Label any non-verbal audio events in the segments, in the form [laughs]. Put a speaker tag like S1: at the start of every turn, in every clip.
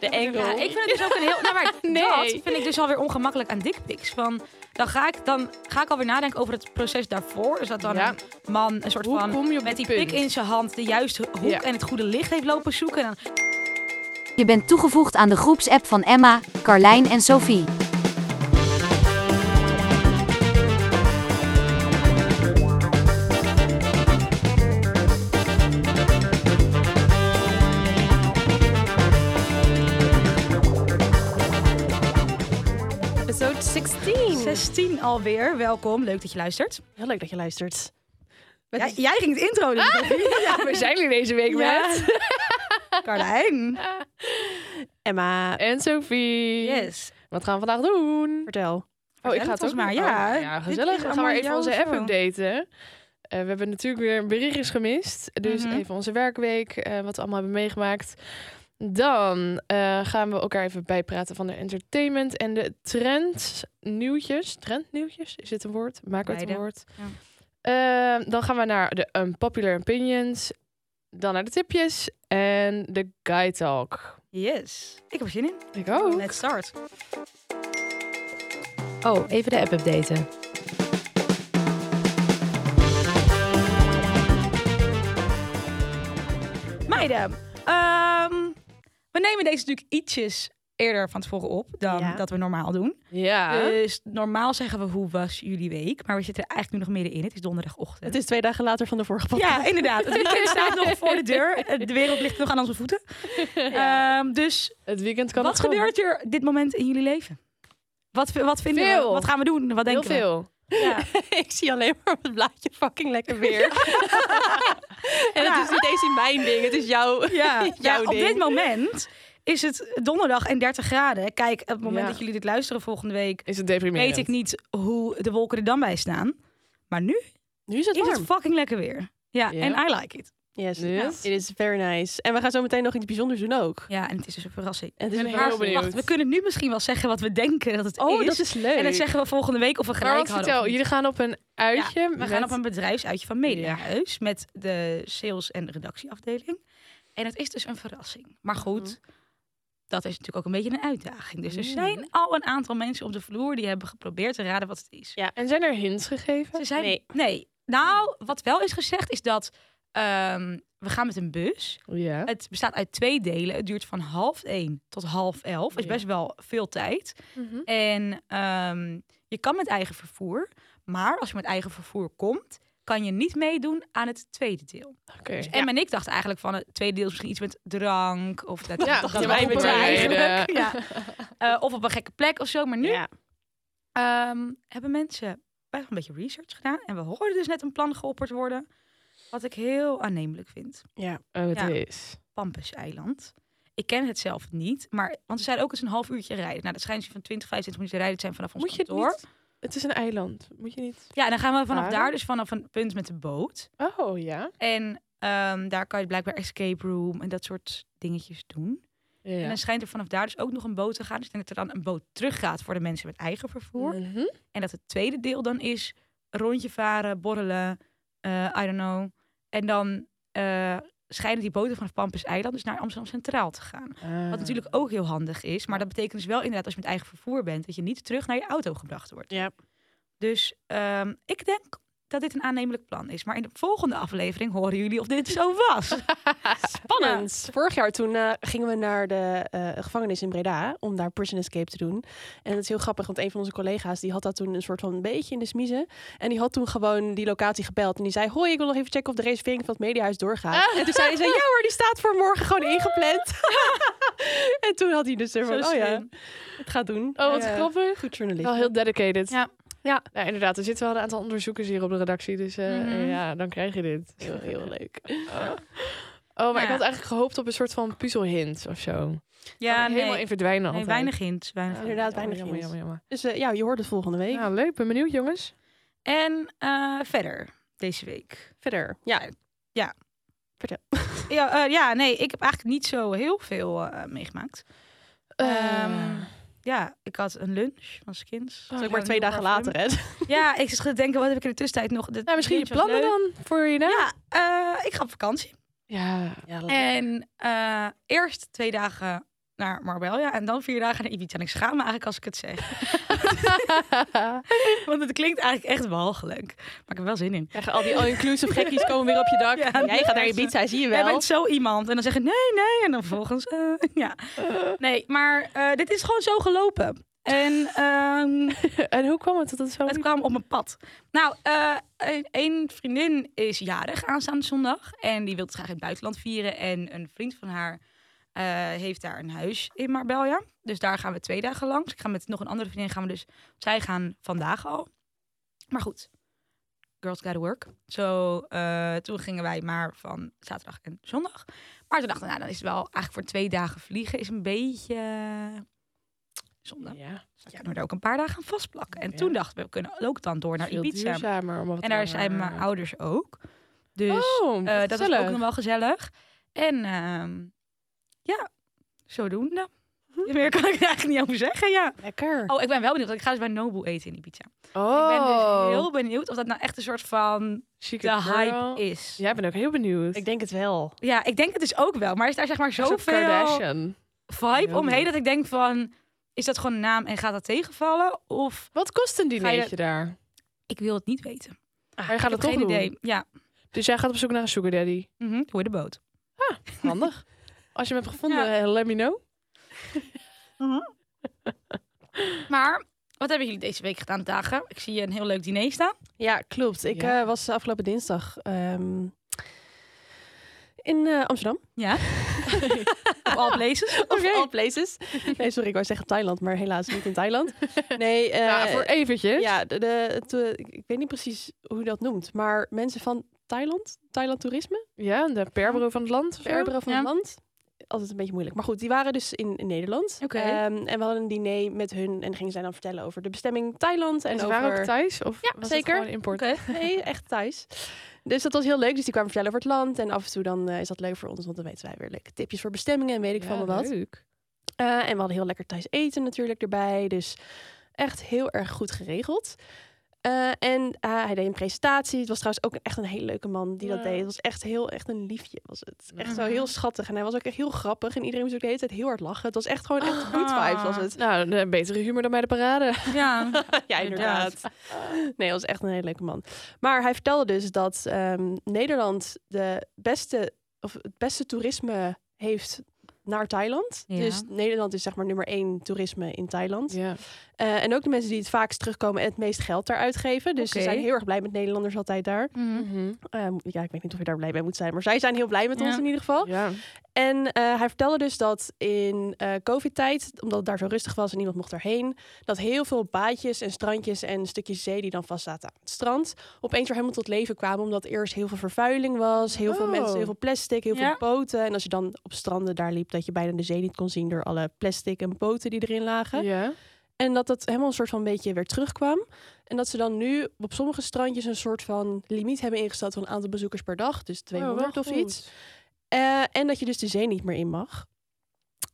S1: De engel.
S2: Ja, ik vind het dus ook een heel...
S1: [laughs]
S2: Nou, maar
S1: Nee.
S2: dat vind ik dus alweer ongemakkelijk aan dickpics. Van, dan, ga ik, dan ga ik alweer nadenken over het proces daarvoor. Is dat dan
S1: Ja.
S2: een man een soort
S1: Hoe
S2: van...
S1: kom je op
S2: Met die
S1: dit
S2: pik
S1: punt?
S2: in zijn hand de juiste hoek
S1: Ja.
S2: en het goede licht heeft lopen zoeken. En dan,
S3: Je bent toegevoegd aan de groepsapp van Emma, Carlijn en Sophie.
S1: Episode 16.
S2: 16 alweer, welkom. Leuk dat je luistert.
S1: Heel leuk dat je luistert. Met-
S2: Jij, jij ging het intro doen.
S1: Ja, we zijn er deze week met
S2: [laughs] Carlijn.
S4: Emma.
S1: en Sophie.
S2: Yes.
S1: Wat gaan we vandaag doen?
S4: Vertel.
S1: Oh, ik
S2: Vertel het
S1: ga het
S2: ons
S1: ook
S2: maar,
S1: oh,
S2: ja.
S1: ja,
S2: Dit
S1: gezellig.
S2: is
S1: We gaan
S2: allemaal
S1: maar even
S2: jouw
S1: onze app
S2: show.
S1: updaten. Eh, we hebben natuurlijk weer berichtjes gemist. Dus
S2: Mhm.
S1: even onze werkweek, eh, wat we allemaal hebben meegemaakt. Dan eh, gaan we elkaar even bijpraten van de entertainment en de trends, nieuwtjes. Trendnieuwtjes, is dit een woord? Maak het een
S2: Beide.
S1: woord. Eh, dan gaan we naar de unpopular opinions. Dan naar de tipjes en de guide talk.
S2: Yes. Ik heb er zin in.
S1: Ik ook.
S2: Let's start.
S4: Oh, even de app updaten.
S2: Meiden, ehm, we nemen deze natuurlijk ietsjes eerder van tevoren op dan
S4: Ja.
S2: dat we normaal doen.
S4: Ah.
S1: Ja.
S2: Dus normaal zeggen we hoe was jullie week, maar we zitten er eigenlijk nu nog middenin. Het is donderdagochtend.
S4: Het is twee dagen later van de vorige podcast.
S2: Ja, inderdaad. Het
S4: [laughs]
S2: weekend staat nog voor de deur. Eh, De wereld ligt nog aan onze voeten. Ehm, dus
S1: het weekend kan
S2: wat
S1: het gewoon.
S2: gebeurt er dit moment in jullie leven? Wat, wat vinden we?
S1: Veel.
S2: Wat gaan we doen? Wat denken
S1: Heel veel.
S2: we?
S4: [laughs]
S2: Ja.
S4: ik zie alleen maar op het blaadje fucking lekker weer. [laughs] en
S2: Ja.
S4: het is niet eens in mijn ding, het is jouw,
S2: Ja,
S4: jouw
S2: ja,
S4: ding.
S2: op dit moment is het donderdag en 30 graden. Kijk, op het moment
S1: Ja.
S2: dat jullie dit luisteren volgende week,
S1: Is het deprimerend?
S2: weet ik niet hoe de wolken er dan bij staan. Maar nu
S4: Nu is het
S2: is
S4: warm. Dus?
S2: het fucking lekker weer. Ja,
S1: Ja.
S2: en I like it.
S4: Yes. nou,
S1: Yes.
S4: It is very nice. En we gaan zo meteen nog iets bijzonders doen ook.
S2: Ja, en het is dus een verrassing.
S4: En het is
S1: ben
S4: een
S1: heel
S4: verrassing.
S1: benieuwd.
S2: Wacht, we kunnen nu misschien wel zeggen wat we denken dat het
S4: Oh,
S2: is.
S4: dat is leuk.
S2: En dan zeggen we volgende week of we
S1: Maar
S2: gelijk
S1: wat
S2: hadden.
S1: vertel,
S2: of niet.
S1: jullie gaan op een uitje
S2: we
S1: met...
S2: gaan op een bedrijfsuitje van Mediahuis met de sales- en redactieafdeling. En het is dus een verrassing. Maar goed,
S4: Mhm.
S2: dat is natuurlijk ook een beetje een uitdaging. Dus er
S1: Mhm.
S2: zijn al een aantal mensen op de vloer die hebben geprobeerd te raden wat het is.
S1: En zijn er hints gegeven?
S2: Ze zijn, nee.
S4: Nee.
S2: Nou, wat wel is gezegd is dat ehm, we gaan met een bus.
S1: Oh, Ja.
S2: Het bestaat uit twee delen. Het duurt van half één tot half elf. Is
S1: Ja.
S2: best wel veel tijd. En ehm, je kan met eigen vervoer. Maar als je met eigen vervoer komt, kan je niet meedoen aan het tweede deel.
S1: Oké.
S2: Dus Em en ik dachten eigenlijk van het tweede deel is misschien iets met drank. Of dat,
S1: Ja,
S2: dat
S1: je
S2: hopen
S1: wijn
S2: we
S1: met
S2: eigenlijk.
S1: rijden.
S2: [laughs] Ja. Eh, of op een gekke plek of zo. Maar nu
S4: Ja.
S2: ehm, hebben mensen best wel een beetje research gedaan. En we hoorden dus net een plan geopperd worden. Wat ik heel aannemelijk vind.
S1: Oh, het
S2: Ja.
S1: is.
S2: Pampus-eiland. Ik ken het zelf niet, maar, want ze zeiden ook het is een half uurtje rijden. Nou, dat schijnt ze van 20, 25 minuten rijden te zijn vanaf ons
S1: Moet je het
S2: kantoor.
S1: niet... Het is een eiland. Moet je niet...
S2: Ja, en dan gaan we vanaf
S1: Varen?
S2: daar, dus vanaf een punt met de boot.
S1: Oh, ja.
S2: En ehm, daar kan je blijkbaar escape room en dat soort dingetjes doen. En dan schijnt er vanaf daar dus ook nog een boot te gaan. Dus ik denk dat er dan een boot teruggaat voor de mensen met eigen vervoer.
S1: Mhm.
S2: En dat het tweede deel dan is rondje varen, borrelen, eh, I don't know. En dan eh, schijnen die boten vanaf Pampus Eiland dus naar Amsterdam Centraal te gaan.
S1: Ah.
S2: Wat natuurlijk ook heel handig is. Maar dat betekent dus wel inderdaad als je met eigen vervoer bent... dat je niet terug naar je auto gebracht wordt.
S4: Ja.
S2: Dus ehm, ik denk dat dit een aannemelijk plan is. Maar in de volgende aflevering horen jullie of dit zo
S1: [laughs]
S2: was.
S4: Spannend. Vorig jaar toen eh, gingen we naar de eh, gevangenis in Breda om daar prison escape te doen. En dat is heel grappig, want een van onze collega's die had dat toen een soort van een beetje in de smiezen. En die had toen gewoon die locatie gebeld en die zei: "Hoi, ik wil nog even checken of de reservering van het mediahuis doorgaat."
S2: Ah.
S1: [laughs]
S4: En toen Dus zei ze: "Ja hoor, die staat voor morgen gewoon [laughs] ingepland." en toen had hij dus er van:
S2: Zo
S4: "Oh ja,
S2: slim.
S4: het gaat doen."
S1: Oh, wat
S4: Ja.
S1: grappig.
S4: Goed journalist.
S1: Wel heel dedicated.
S2: Ja.
S1: Ja. ja, inderdaad. Er zitten wel een aantal onderzoekers hier op de redactie. Dus eh,
S2: Mhm.
S1: ja, dan krijg je dit.
S4: heel, heel leuk.
S1: [laughs] Oh,
S2: Ja.
S1: maar ik had eigenlijk gehoopt op een soort van puzzelhint of zo.
S2: Ja,
S1: Helemaal in verdwijnen
S2: nee,
S1: altijd.
S2: weinig hints. Weinig
S1: Ja,
S2: hints.
S4: Inderdaad,
S1: oh,
S4: weinig
S1: jammer,
S4: hints.
S1: jammer, jammer.
S4: Dus eh, ja, je hoort het volgende week.
S1: Ja, leuk. Ben benieuwd, jongens.
S2: En eh, verder deze week.
S4: Verder. Ja, Oh, [laughs]
S2: Ja, eh, ja, nee, ik heb eigenlijk niet zo heel veel eh, meegemaakt. Ehm, ja, ik had een lunch als
S1: Oh,
S2: kind.
S4: dat is ook maar twee dagen later, hè?
S2: Ja, ik zat te denken, wat heb ik in de tussentijd nog? De
S1: Nou, misschien je
S2: lunch was
S1: plannen
S2: leuk.
S1: dan voor je na.
S2: Ja, eh, ik ga op vakantie.
S1: [laughs] Ja.
S4: Ja,
S2: En eh, eerst twee dagen naar Marbella en dan vier dagen naar Ibiza. En ik schaam me eigenlijk als ik het zeg. Want het klinkt eigenlijk echt walgelijk. Maar ik heb wel zin in.
S4: [laughs] Krijgen al die all-inclusive gekkies komen weer op je [laughs] dak.
S2: Ja,
S4: Jij gaat naar Ibiza, zie je
S2: Jij
S4: wel.
S2: bent zo iemand. En dan zeggen nee, nee. En dan volgens, eh, [laughs] ja. Nee, maar eh, dit is gewoon zo gelopen. En ehm,
S1: en hoe kwam het dat het zo
S2: het kwam op mijn pad. Nou, eh, een- een vriendin is jarig aanstaande zondag. En die wil het graag in het buitenland vieren. En een vriend van haar eh, heeft daar een huis in Marbella. Dus daar gaan we twee dagen langs. Ik ga met nog een andere vriendin gaan we dus... Zij gaan vandaag al. Maar goed, girls gotta work. Zo, eh, toen gingen wij maar van zaterdag en zondag. Maar toen dachten we, nou, dan is het wel eigenlijk voor twee dagen vliegen... is een beetje eh, zonde.
S1: Ja,
S2: Ja, dan er ook een paar dagen aan vastplakken. En
S1: Ja.
S2: toen dachten we, we kunnen ook dan door naar
S1: veel
S2: Ibiza.
S1: duurzamer. Om
S2: En daar zijn mijn ouders ook. Dus
S1: Oh,
S2: eh, dat is ook
S1: gezellig.
S2: nog wel gezellig. En ehm ja, zodoende.
S1: Hm.
S2: Meer kan ik er eigenlijk niet over zeggen, ja.
S1: Lekker.
S2: Oh, ik ben wel benieuwd, want ik ga dus bij Nobu eten in Ibiza.
S1: Oh,
S2: Ik ben dus heel benieuwd of dat nou echt een soort van
S1: chique
S2: de
S1: girl.
S2: hype is. Ja.
S1: Jij bent ook heel benieuwd.
S4: Ik denk het wel.
S2: ik denk het dus ook wel. Maar is daar zeg maar
S1: Zo'n
S2: zoveel
S1: Kardashian.
S2: vibe
S1: Ja.
S2: omheen dat ik denk van... Is dat gewoon een naam en gaat dat tegenvallen? Of
S1: Wat kost een dinertje daar?
S2: ik wil het niet weten.
S1: maar je gaat
S2: Ah,
S1: het
S2: ik heb
S1: toch
S2: geen
S1: doen.
S2: idee. Ja,
S1: Dus jij gaat op zoek naar een sugar daddy.
S2: Mhm, door de boot. [laughs]
S1: Handig. Als je hem hebt gevonden,
S2: Ja.
S1: eh, let me know.
S2: Maar wat hebben jullie deze week gedaan, dagen? Ik zie een heel leuk diner staan.
S4: Ja, klopt. Ik
S1: Ja.
S4: eh, was afgelopen dinsdag ehm, in eh, Amsterdam.
S2: Ja. [laughs] Op all places.
S4: Of all places. [laughs] Nee, sorry, ik wou zeggen Thailand, maar helaas niet in [laughs] Thailand. Nee, eh,
S1: ja, voor eventjes.
S4: ja, de, de, het, eh, ik- ik weet niet precies hoe je dat noemt, maar mensen van Thailand, Thailand toerisme,
S1: Ja, de Perbro van het land. of zo.
S4: Perberen van
S2: Ja.
S4: het land. Altijd een beetje moeilijk. Maar goed, die waren dus in, in Nederland.
S2: Oké.
S4: Ehm, en we hadden een diner met hun en gingen zij dan vertellen over de bestemming Thailand. En,
S1: En ze
S4: over...
S1: waren ook thuis? Of
S4: Ja,
S1: was
S4: zeker.
S1: het gewoon import?
S2: Oké.
S4: [laughs] Nee, echt thuis. Dus dat was heel leuk. Dus die kwamen vertellen over het land. En af en toe dan eh, is dat leuk voor ons. Want dan weten wij weer leuke tipjes voor bestemmingen en weet ik
S1: Ja,
S4: van wel wat.
S1: leuk.
S4: Eh, en we hadden heel lekker thuis eten natuurlijk erbij. Dus echt heel erg goed geregeld. Eh, en eh, hij deed een presentatie. Het was trouwens ook echt een hele leuke man die dat
S1: Ja.
S4: deed. Het was echt heel, echt een liefje was het. Echt zo
S2: Mhm.
S4: heel schattig. En hij was ook echt heel grappig. En iedereen moest ook de hele tijd heel hard lachen. Het was echt gewoon echt good
S2: Ah.
S4: vibes was het.
S1: Nou, een betere humor dan bij de parade.
S2: [laughs] Ja.
S4: [laughs] ja, inderdaad. Nee, hij was echt een hele leuke man. Maar hij vertelde dus dat ehm, Nederland de beste, of het beste toerisme heeft naar Thailand.
S2: Ja.
S4: Dus Nederland is zeg maar nummer één toerisme in Thailand.
S1: [laughs] Ja.
S4: Eh, en ook de mensen die het vaakst terugkomen en het meest geld daar uitgeven. Dus ze
S2: Oké.
S4: zijn heel erg blij met Nederlanders altijd daar.
S2: Mhm.
S1: Mhm.
S4: Eh, ja, ik weet niet of je daar blij mee moet zijn, maar zij zijn heel blij met
S2: Ja.
S4: ons in ieder geval.
S1: ja.
S4: En eh, hij vertelde dus dat in eh, COVID-tijd, omdat het daar zo rustig was en niemand mocht erheen, dat heel veel baadjes en strandjes en stukjes zee die dan vast zaten aan het strand, opeens weer helemaal tot leven kwamen, omdat eerst heel veel vervuiling was, heel veel
S1: Oh.
S4: mensen, heel veel plastic, heel
S2: Ja.
S4: veel boten. En als je dan op stranden daar liep, dat je bijna de zee niet kon zien door alle plastic en boten die erin lagen.
S1: ja.
S4: En dat dat helemaal een soort van beetje weer terugkwam. En dat ze dan nu op sommige strandjes een soort van limiet hebben ingesteld van een aantal bezoekers per dag. Dus 200
S1: Oh, wel
S4: of
S1: goed.
S4: iets. Eh, en dat je dus de zee niet meer in mag.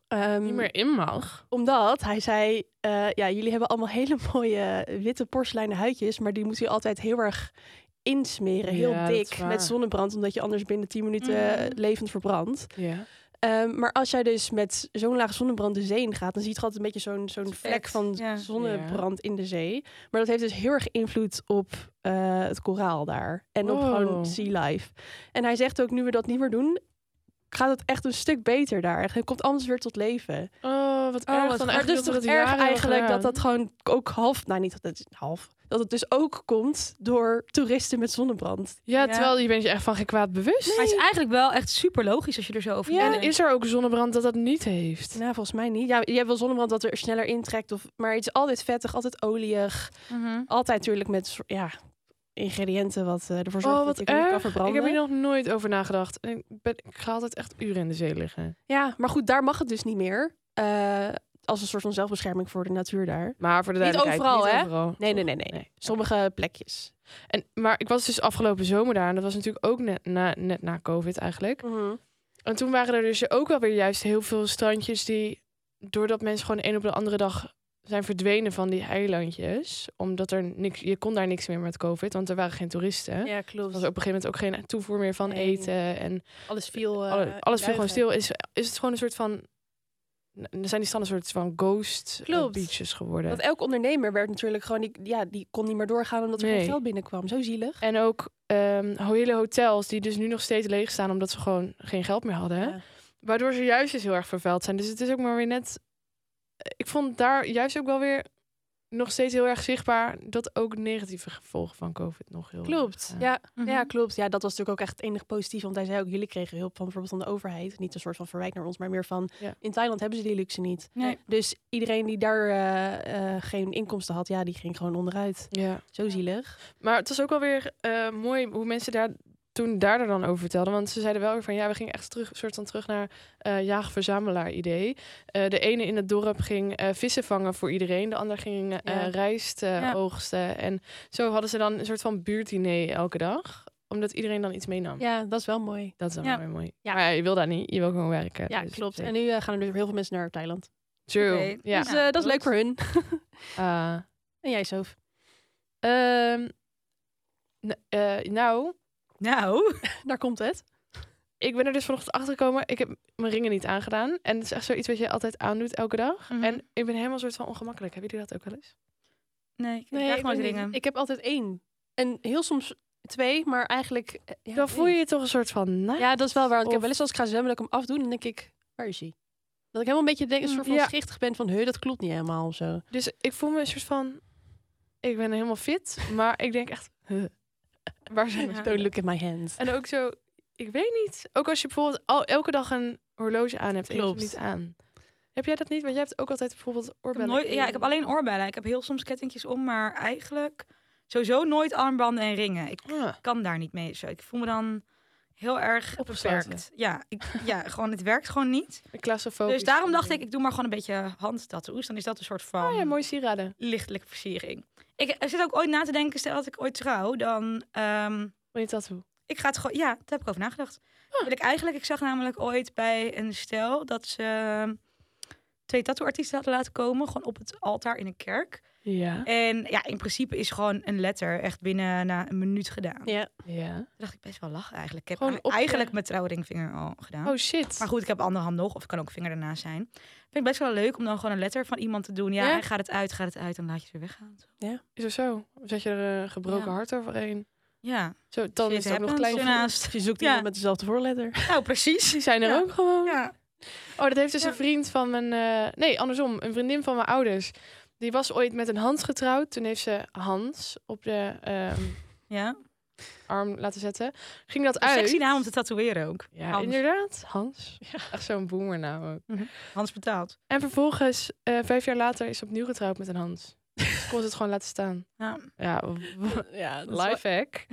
S4: Ehm,
S1: Niet meer in mag.
S4: Omdat hij zei: eh, Ja, jullie hebben allemaal [laughs] hele mooie witte porseleinen huidjes. Maar die moet je altijd heel erg insmeren. Heel
S1: Ja, dat is
S4: dik
S1: waar.
S4: met zonnebrand. Omdat je anders binnen 10 minuten eh,
S2: Mhm.
S4: levend verbrandt.
S1: Ja.
S4: Ehm, maar als jij dus met zo'n laag zonnebrand de zee in gaat, dan zie je toch altijd een beetje zo'n zo'n
S2: Vet,
S4: vlek van
S2: ja.
S4: zonnebrand in de zee. Maar dat heeft dus heel erg invloed op eh, het koraal daar. En op
S1: Oh.
S4: gewoon sea life. En hij zegt ook, nu we dat niet meer doen, gaat het echt een stuk beter daar. Echt, Het komt alles weer tot leven.
S1: Oh, wat erg.
S4: wat
S1: dan
S4: maar
S1: echt
S4: het
S1: dat
S4: is
S1: we
S4: toch
S1: dat
S4: erg
S1: jaren
S4: eigenlijk dat
S1: hebben
S4: dat gewoon ook half... Nou, niet dat het half... Dat het dus ook komt door toeristen met zonnebrand.
S1: Ja,
S2: Ja.
S1: terwijl je bent je echt van geen kwaad bewust.
S2: Maar het is eigenlijk wel echt super logisch als je er zo over
S1: En
S2: nadenkt.
S1: is er ook zonnebrand dat dat niet heeft?
S4: Nou, volgens mij niet. Ja, je hebt wel zonnebrand dat er sneller intrekt. Of, maar het is altijd vettig, altijd olieig.
S2: Mhm.
S4: Altijd natuurlijk met soort- ja, ingrediënten wat eh, ervoor zorgt
S1: Oh,
S4: dat
S1: wat
S4: je het niet kan
S1: erg.
S4: verbranden.
S1: Ik heb hier nog nooit over nagedacht. En Ik, ben, ik ga altijd echt uren in de zee liggen.
S4: Ja, maar goed, daar mag het dus niet meer. Eh, als een soort van zelfbescherming voor de natuur daar.
S1: Maar voor de
S4: Niet
S1: duidelijkheid,
S4: overal, hè?
S1: overal.
S4: Nee, nee, nee, nee. Sommige plekjes.
S1: En, maar ik was dus afgelopen zomer daar. En dat was natuurlijk ook net na, net na COVID eigenlijk.
S4: Mhm.
S1: En toen waren er dus ook wel weer juist heel veel strandjes die... doordat mensen gewoon de een op de andere dag zijn verdwenen van die eilandjes. Omdat er niks... Je kon daar niks meer met COVID, want er waren geen toeristen.
S4: Ja,
S1: Er
S4: klopt.
S1: was op een gegeven moment ook geen toevoer meer van
S4: Nee.
S1: eten. En
S4: alles viel. eh,
S1: alle- alles viel gewoon
S4: juichen.
S1: stil. Is, is het gewoon een soort van Er zijn die standaard soort van ghost eh,
S4: Klopt.
S1: beaches geworden.
S4: Want elk ondernemer werd natuurlijk gewoon, die, ja, die kon niet meer doorgaan omdat er geen
S1: Nee.
S4: geld binnenkwam. Zo zielig.
S1: En ook ehm, hele hotels die dus nu nog steeds leeg staan omdat ze gewoon geen geld meer hadden.
S4: Ja.
S1: Waardoor ze juist dus heel erg vervuild zijn. Dus het is ook maar weer net... eh, Ik vond daar juist ook wel weer nog steeds heel erg zichtbaar... dat ook negatieve gevolgen van COVID nog heel...
S4: Klopt.
S1: erg, eh,
S4: Ja,
S2: Mhm.
S4: ja, klopt. Ja, dat was natuurlijk ook echt het enige positief. Want hij zei ook, jullie kregen hulp van bijvoorbeeld van de overheid. Niet een soort van verwijt naar ons, maar meer van...
S1: Ja.
S4: In Thailand hebben ze die luxe niet.
S2: Nee.
S4: Dus iedereen die daar eh, eh, geen inkomsten had, ja, die ging gewoon onderuit.
S1: ja.
S4: Zo zielig.
S1: Maar het was ook wel weer eh, mooi hoe mensen daar toen daardoor dan over vertelden. Want ze zeiden wel weer van ja, we gingen echt terug, soort van terug naar eh jaag-verzamelaar idee. Eh, de ene in het dorp ging eh, vissen vangen voor iedereen. De ander ging eh,
S4: Ja.
S1: rijst eh,
S2: Ja.
S1: oogsten. En zo hadden ze dan een soort van buurtdiner elke dag. Omdat iedereen dan iets meenam.
S4: Ja, dat is wel mooi.
S1: Dat is dan
S2: Ja.
S1: wel weer mooi.
S4: Ja.
S1: Maar ja, je wil daar niet. Je wil gewoon werken.
S4: Ja,
S1: dus
S4: klopt.
S1: dat
S4: En
S1: betekent-
S4: nu eh, gaan er dus heel veel mensen naar Thailand.
S1: True.
S2: Oké.
S4: [laughs]
S1: Ja.
S4: Dus
S2: Ja,
S4: eh, dat
S2: goed.
S4: is leuk voor hun.
S1: Ah.
S4: En jij, Sof?
S1: Ehm, n- eh, nou,
S2: Nou,
S4: Daar komt het.
S1: ik ben er dus vanochtend achter gekomen. Ik heb mijn ringen niet aangedaan. En het is echt zoiets wat je altijd aandoet elke dag.
S2: Mhm.
S1: En ik ben helemaal soort van ongemakkelijk. Hebben jullie dat ook wel eens?
S2: nee, ik nee, nooit
S4: weet niet.
S2: ringen.
S4: Ik heb altijd één. En heel soms twee, maar eigenlijk... eh, Ja,
S1: Dan voel je
S4: één.
S1: je toch een soort van na.
S4: Ja, dat is wel waar. Want ik heb
S1: Of-
S4: wel eens als ik ga zwemmen dat ik hem afdoe, dan denk ik, waar is hij? Dat ik helemaal een beetje denk, een soort van
S1: Ja.
S4: schichtig ben van, he, dat klopt niet helemaal of zo.
S1: Dus ik voel me een soort van... Ik ben helemaal fit, maar ik denk echt... huh, waar zijn mijn
S2: Ja.
S4: Don't
S1: spullen?
S4: look at my hands.
S1: En ook zo... Ik weet niet. Ook als je bijvoorbeeld al, elke dag een horloge aan hebt. en je hebt hem
S4: Klopt.
S1: niet aan. Heb jij dat niet? Want jij hebt ook altijd bijvoorbeeld
S2: Ik heb
S1: oorbellen.
S2: nooit, ja,
S1: in.
S2: ik heb alleen oorbellen. Ik heb heel soms kettingjes om, maar eigenlijk sowieso nooit armbanden en ringen. Ik
S1: Ah,
S2: kan daar niet mee. Zo. Ik voel me dan heel erg
S1: Opgesloten.
S2: beperkt. Ja, ik, ja, gewoon het werkt gewoon niet.
S1: een claustrofobisch.
S2: Dus daarom dacht ik, ik doe maar gewoon een beetje handtattoos. Dan is dat een soort van
S1: Oh ja, mooie sieraden.
S2: lichtelijke versiering. Ik er zit ook ooit na te denken, stel dat ik ooit trouw, dan... ehm,
S1: Wil je tattoo?
S2: ik ga het gewoon... Ja, daar heb ik over nagedacht.
S1: Ah.
S2: Wil ik eigenlijk... Ik zag namelijk ooit bij een stel dat ze ehm, twee tattooartiesten hadden laten komen. Gewoon op het altaar in een kerk.
S1: Ja.
S2: En ja, in principe is gewoon een letter echt binnen na een minuut gedaan.
S4: [laughs] Ja,
S1: Ja.
S2: Toen dacht ik best wel lachen eigenlijk. Ik heb
S1: Gewoon
S2: ei-
S1: op je-
S2: eigenlijk mijn trouwringvinger al gedaan.
S1: Oh shit.
S2: Maar goed, ik heb andere hand nog, of het kan ook vinger ernaast zijn. Ik vind het best wel leuk om dan gewoon een letter van iemand te doen. Ja,
S1: Ja?
S2: hij gaat het uit, gaat het uit, dan laat je het weer weggaan.
S1: Is er zo? Of Zet je er een gebroken
S2: Ja.
S1: hart overheen?
S2: Ja,
S1: Zo, dan
S2: shit
S1: is het ook nog
S2: happens
S1: klein.
S2: ernaast. [laughs]
S4: je zoekt
S2: Ja.
S4: iemand met dezelfde voorletter.
S2: Nou, precies.
S1: [laughs] Die zijn er
S2: Ja.
S1: ook gewoon.
S2: Ja.
S1: Oh, dat heeft dus
S2: Ja.
S1: een vriend van mijn... eh, nee, andersom. Een vriendin van mijn ouders. Die was ooit met een Hans getrouwd. Toen heeft ze Hans op de ehm,
S2: ja.
S1: arm laten zetten. Ging dat
S2: Een
S1: uit.
S2: Sexy naam om te tatoeëren ook.
S1: Ja,
S2: Hans.
S1: inderdaad. Hans. Echt zo'n boomernaam ook.
S2: Hans betaald.
S1: En vervolgens, eh, vijf jaar later, is ze opnieuw getrouwd met een Hans.
S4: [laughs]
S1: Kon ze het gewoon laten staan.
S2: Ja.
S1: Ja,
S4: Ja, live.
S1: lifehack.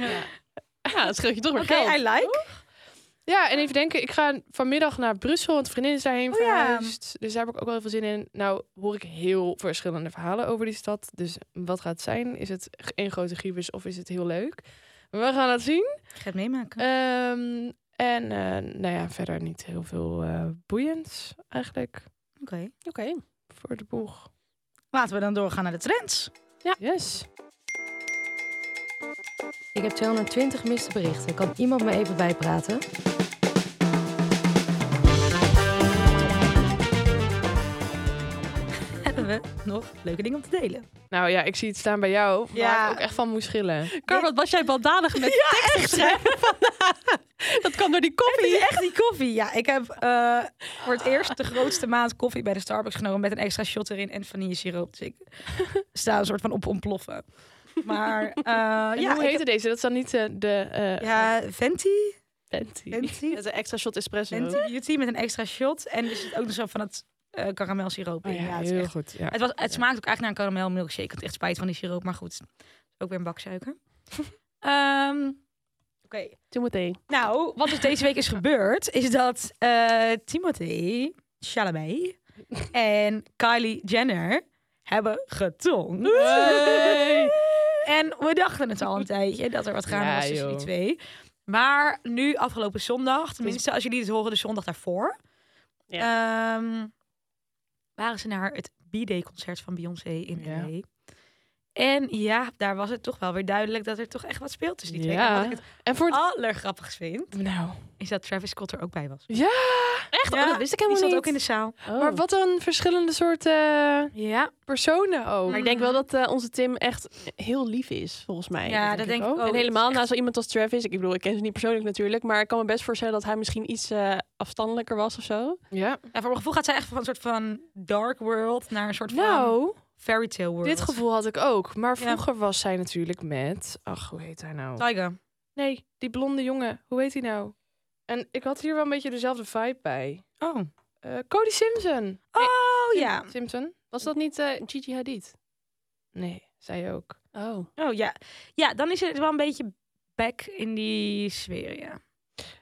S4: Ja, dat scheelt je toch weer
S2: Oké,
S4: geld.
S2: I like.
S1: Ja, en even denken, ik ga vanmiddag naar Brussel, want vriendin is daarheen
S2: Oh ja.
S1: verhuisd. Dus daar heb ik ook wel heel veel zin in. Nou hoor ik heel verschillende verhalen over die stad. Dus wat gaat het zijn? Is het één grote giebus of is het heel leuk? We gaan het zien.
S2: Ik ga het meemaken.
S1: Ehm, en eh, nou ja, verder niet heel veel eh boeiends eigenlijk
S2: Oké.
S4: Oké.
S1: voor de boeg.
S2: Laten we dan doorgaan naar de trends.
S1: Yes.
S5: Ik heb 220 miste berichten. Kan iemand me even bijpraten?
S2: Hebben we nog leuke dingen om te
S1: [laughs]
S2: delen?
S1: Nou ja, ik zie het staan bij jou, waar
S2: Ja. Oh
S1: ik ook echt van moest schillen.
S4: Kar, wat was jij baldadig [laughs] met tekst schrijven vandaag? [laughs] Dat kwam door die
S2: Het
S4: koffie.
S2: [laughs] is echt die koffie. Ja, ik heb eh, voor het eerst de grootste maand koffie bij de Starbucks genomen met een extra shot erin en vanillesiroop. Dus ik sta een soort van op ontploffen.
S1: [laughs]
S2: Maar eh,
S1: En
S2: ja,
S1: hoe
S2: ik
S1: heette deze? Dat is dan niet eh, de eh
S2: heb- ja, Fenty,
S1: Fenty.
S2: Fenty,
S4: Met een extra shot espresso.
S2: Fenty Beauty met een extra shot en er zit ook nog zo van het eh karamelsiroop
S1: Oh
S2: in.
S1: ja,
S2: Ja, het, is
S1: heel
S2: echt-
S1: goed. Ja.
S2: het, was, het smaakt ook eigenlijk naar een karamel milkshake. Ik had echt spijt van die siroop, maar goed, ook weer een bak suiker. [laughs] Ehm, Oké,
S4: Timothée.
S2: nou, wat dus deze week is gebeurd, is dat eh Timothy Chalamet en Kylie Jenner hebben getongd.
S1: Hey.
S2: En we dachten het al een tijdje dat er wat gaande
S1: Ja,
S2: was tussen die
S1: joh.
S2: twee. Maar nu, afgelopen zondag, tenminste als jullie dit horen, de zondag daarvoor, ehm, waren ze naar het B-Day concert van Beyoncé in
S1: Ja.
S2: LA. En ja, daar was het toch wel weer duidelijk dat er toch echt wat speelt tussen die twee.
S1: Ja.
S2: En dus wat ik het Oh,
S1: En voor het...
S2: allergrappigst vind,
S1: Nou,
S2: is dat Travis Scott er ook bij was.
S4: Echt?
S2: Ja,
S4: Oh, dat wist ik
S2: Die
S4: helemaal
S2: zat
S4: niet.
S2: ook in de zaal.
S4: Oh.
S1: maar wat dan verschillende soorten eh,
S4: Ja,
S1: personen ook.
S4: maar ik denk wel dat eh, onze Tim echt heel lief is, volgens mij.
S2: Ja, dat
S1: ik
S2: denk ik
S1: ook.
S2: ook.
S4: en helemaal
S2: Het is
S4: na zo iemand als Travis. Ik bedoel, ik ken ze niet persoonlijk natuurlijk, maar ik kan me best voorstellen dat hij misschien iets eh, afstandelijker was of zo.
S1: Ja.
S2: echt- Ja, Nou, voor mijn gevoel gaat zij echt van een soort van dark world naar een soort van
S1: Nou,
S2: fairy tale world.
S1: dit gevoel had ik ook. Maar
S2: Ja.
S1: vroeger was zij natuurlijk met... Ach, hoe heet hij nou?
S2: Tyga.
S1: Nee, die blonde jongen. Hoe heet hij nou? En ik had hier wel een beetje dezelfde vibe bij.
S2: Oh.
S1: Eh, Cody Simpson.
S2: Oh
S1: Sim-
S2: ja.
S1: Simpson?
S4: Was dat niet eh, Gigi Hadid?
S1: Nee, zij ook.
S4: Oh.
S2: Oh ja. Ja, dan is het wel een beetje back in die sfeer, ja.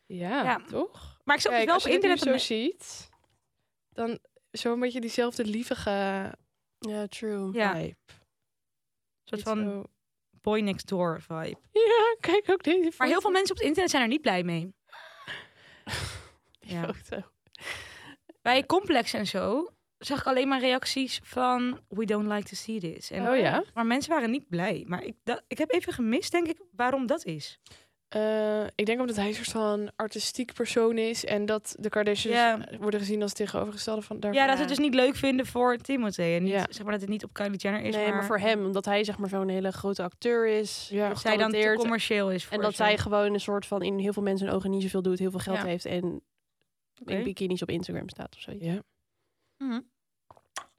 S1: Ja,
S2: Ja.
S1: toch?
S2: Maar ik zag het
S1: Kijk,
S2: wel
S1: als
S2: op
S1: je dit nu
S2: internet.
S1: zo ziet, dan zo'n beetje diezelfde lievige
S4: Ja, true.
S2: Ja, een
S1: vibe.
S2: soort
S1: Niet
S2: van
S1: zo-
S2: boy next door vibe.
S1: Ja, kijk ook deze
S2: Maar heel veel mensen op het internet zijn er niet blij mee.
S4: Die
S2: Ja.
S4: foto.
S2: Bij Complex en zo zag ik alleen maar reacties van we don't like to see this. En,
S1: Oh ja?
S2: Maar mensen waren niet blij. Maar ik, dat, ik heb even gemist, denk ik, waarom dat is.
S1: Eh, ik denk omdat hij een soort van artistiek persoon is en dat de Kardashians eh,
S2: Ja.
S1: worden gezien als tegenovergestelde van daarvan.
S2: Ja, dat ze het dus niet leuk vinden voor Timothy. En niet,
S1: Ja.
S2: zeg maar dat het niet op Kylie Jenner is,
S4: Nee, maar...
S2: maar,
S4: voor hem, omdat hij zeg maar zo'n hele grote acteur is.
S1: Ja.
S4: nog
S2: zij dan te
S4: getalenteerd.
S2: commercieel is voor
S4: En dat
S2: ze.
S4: zij gewoon een soort van in heel veel mensen hun ogen niet zoveel doet, heel veel geld
S2: Ja.
S4: heeft en
S2: Oké.
S4: in bikinis op Instagram staat of zo.
S2: dus-
S1: Ja,
S2: Mhm.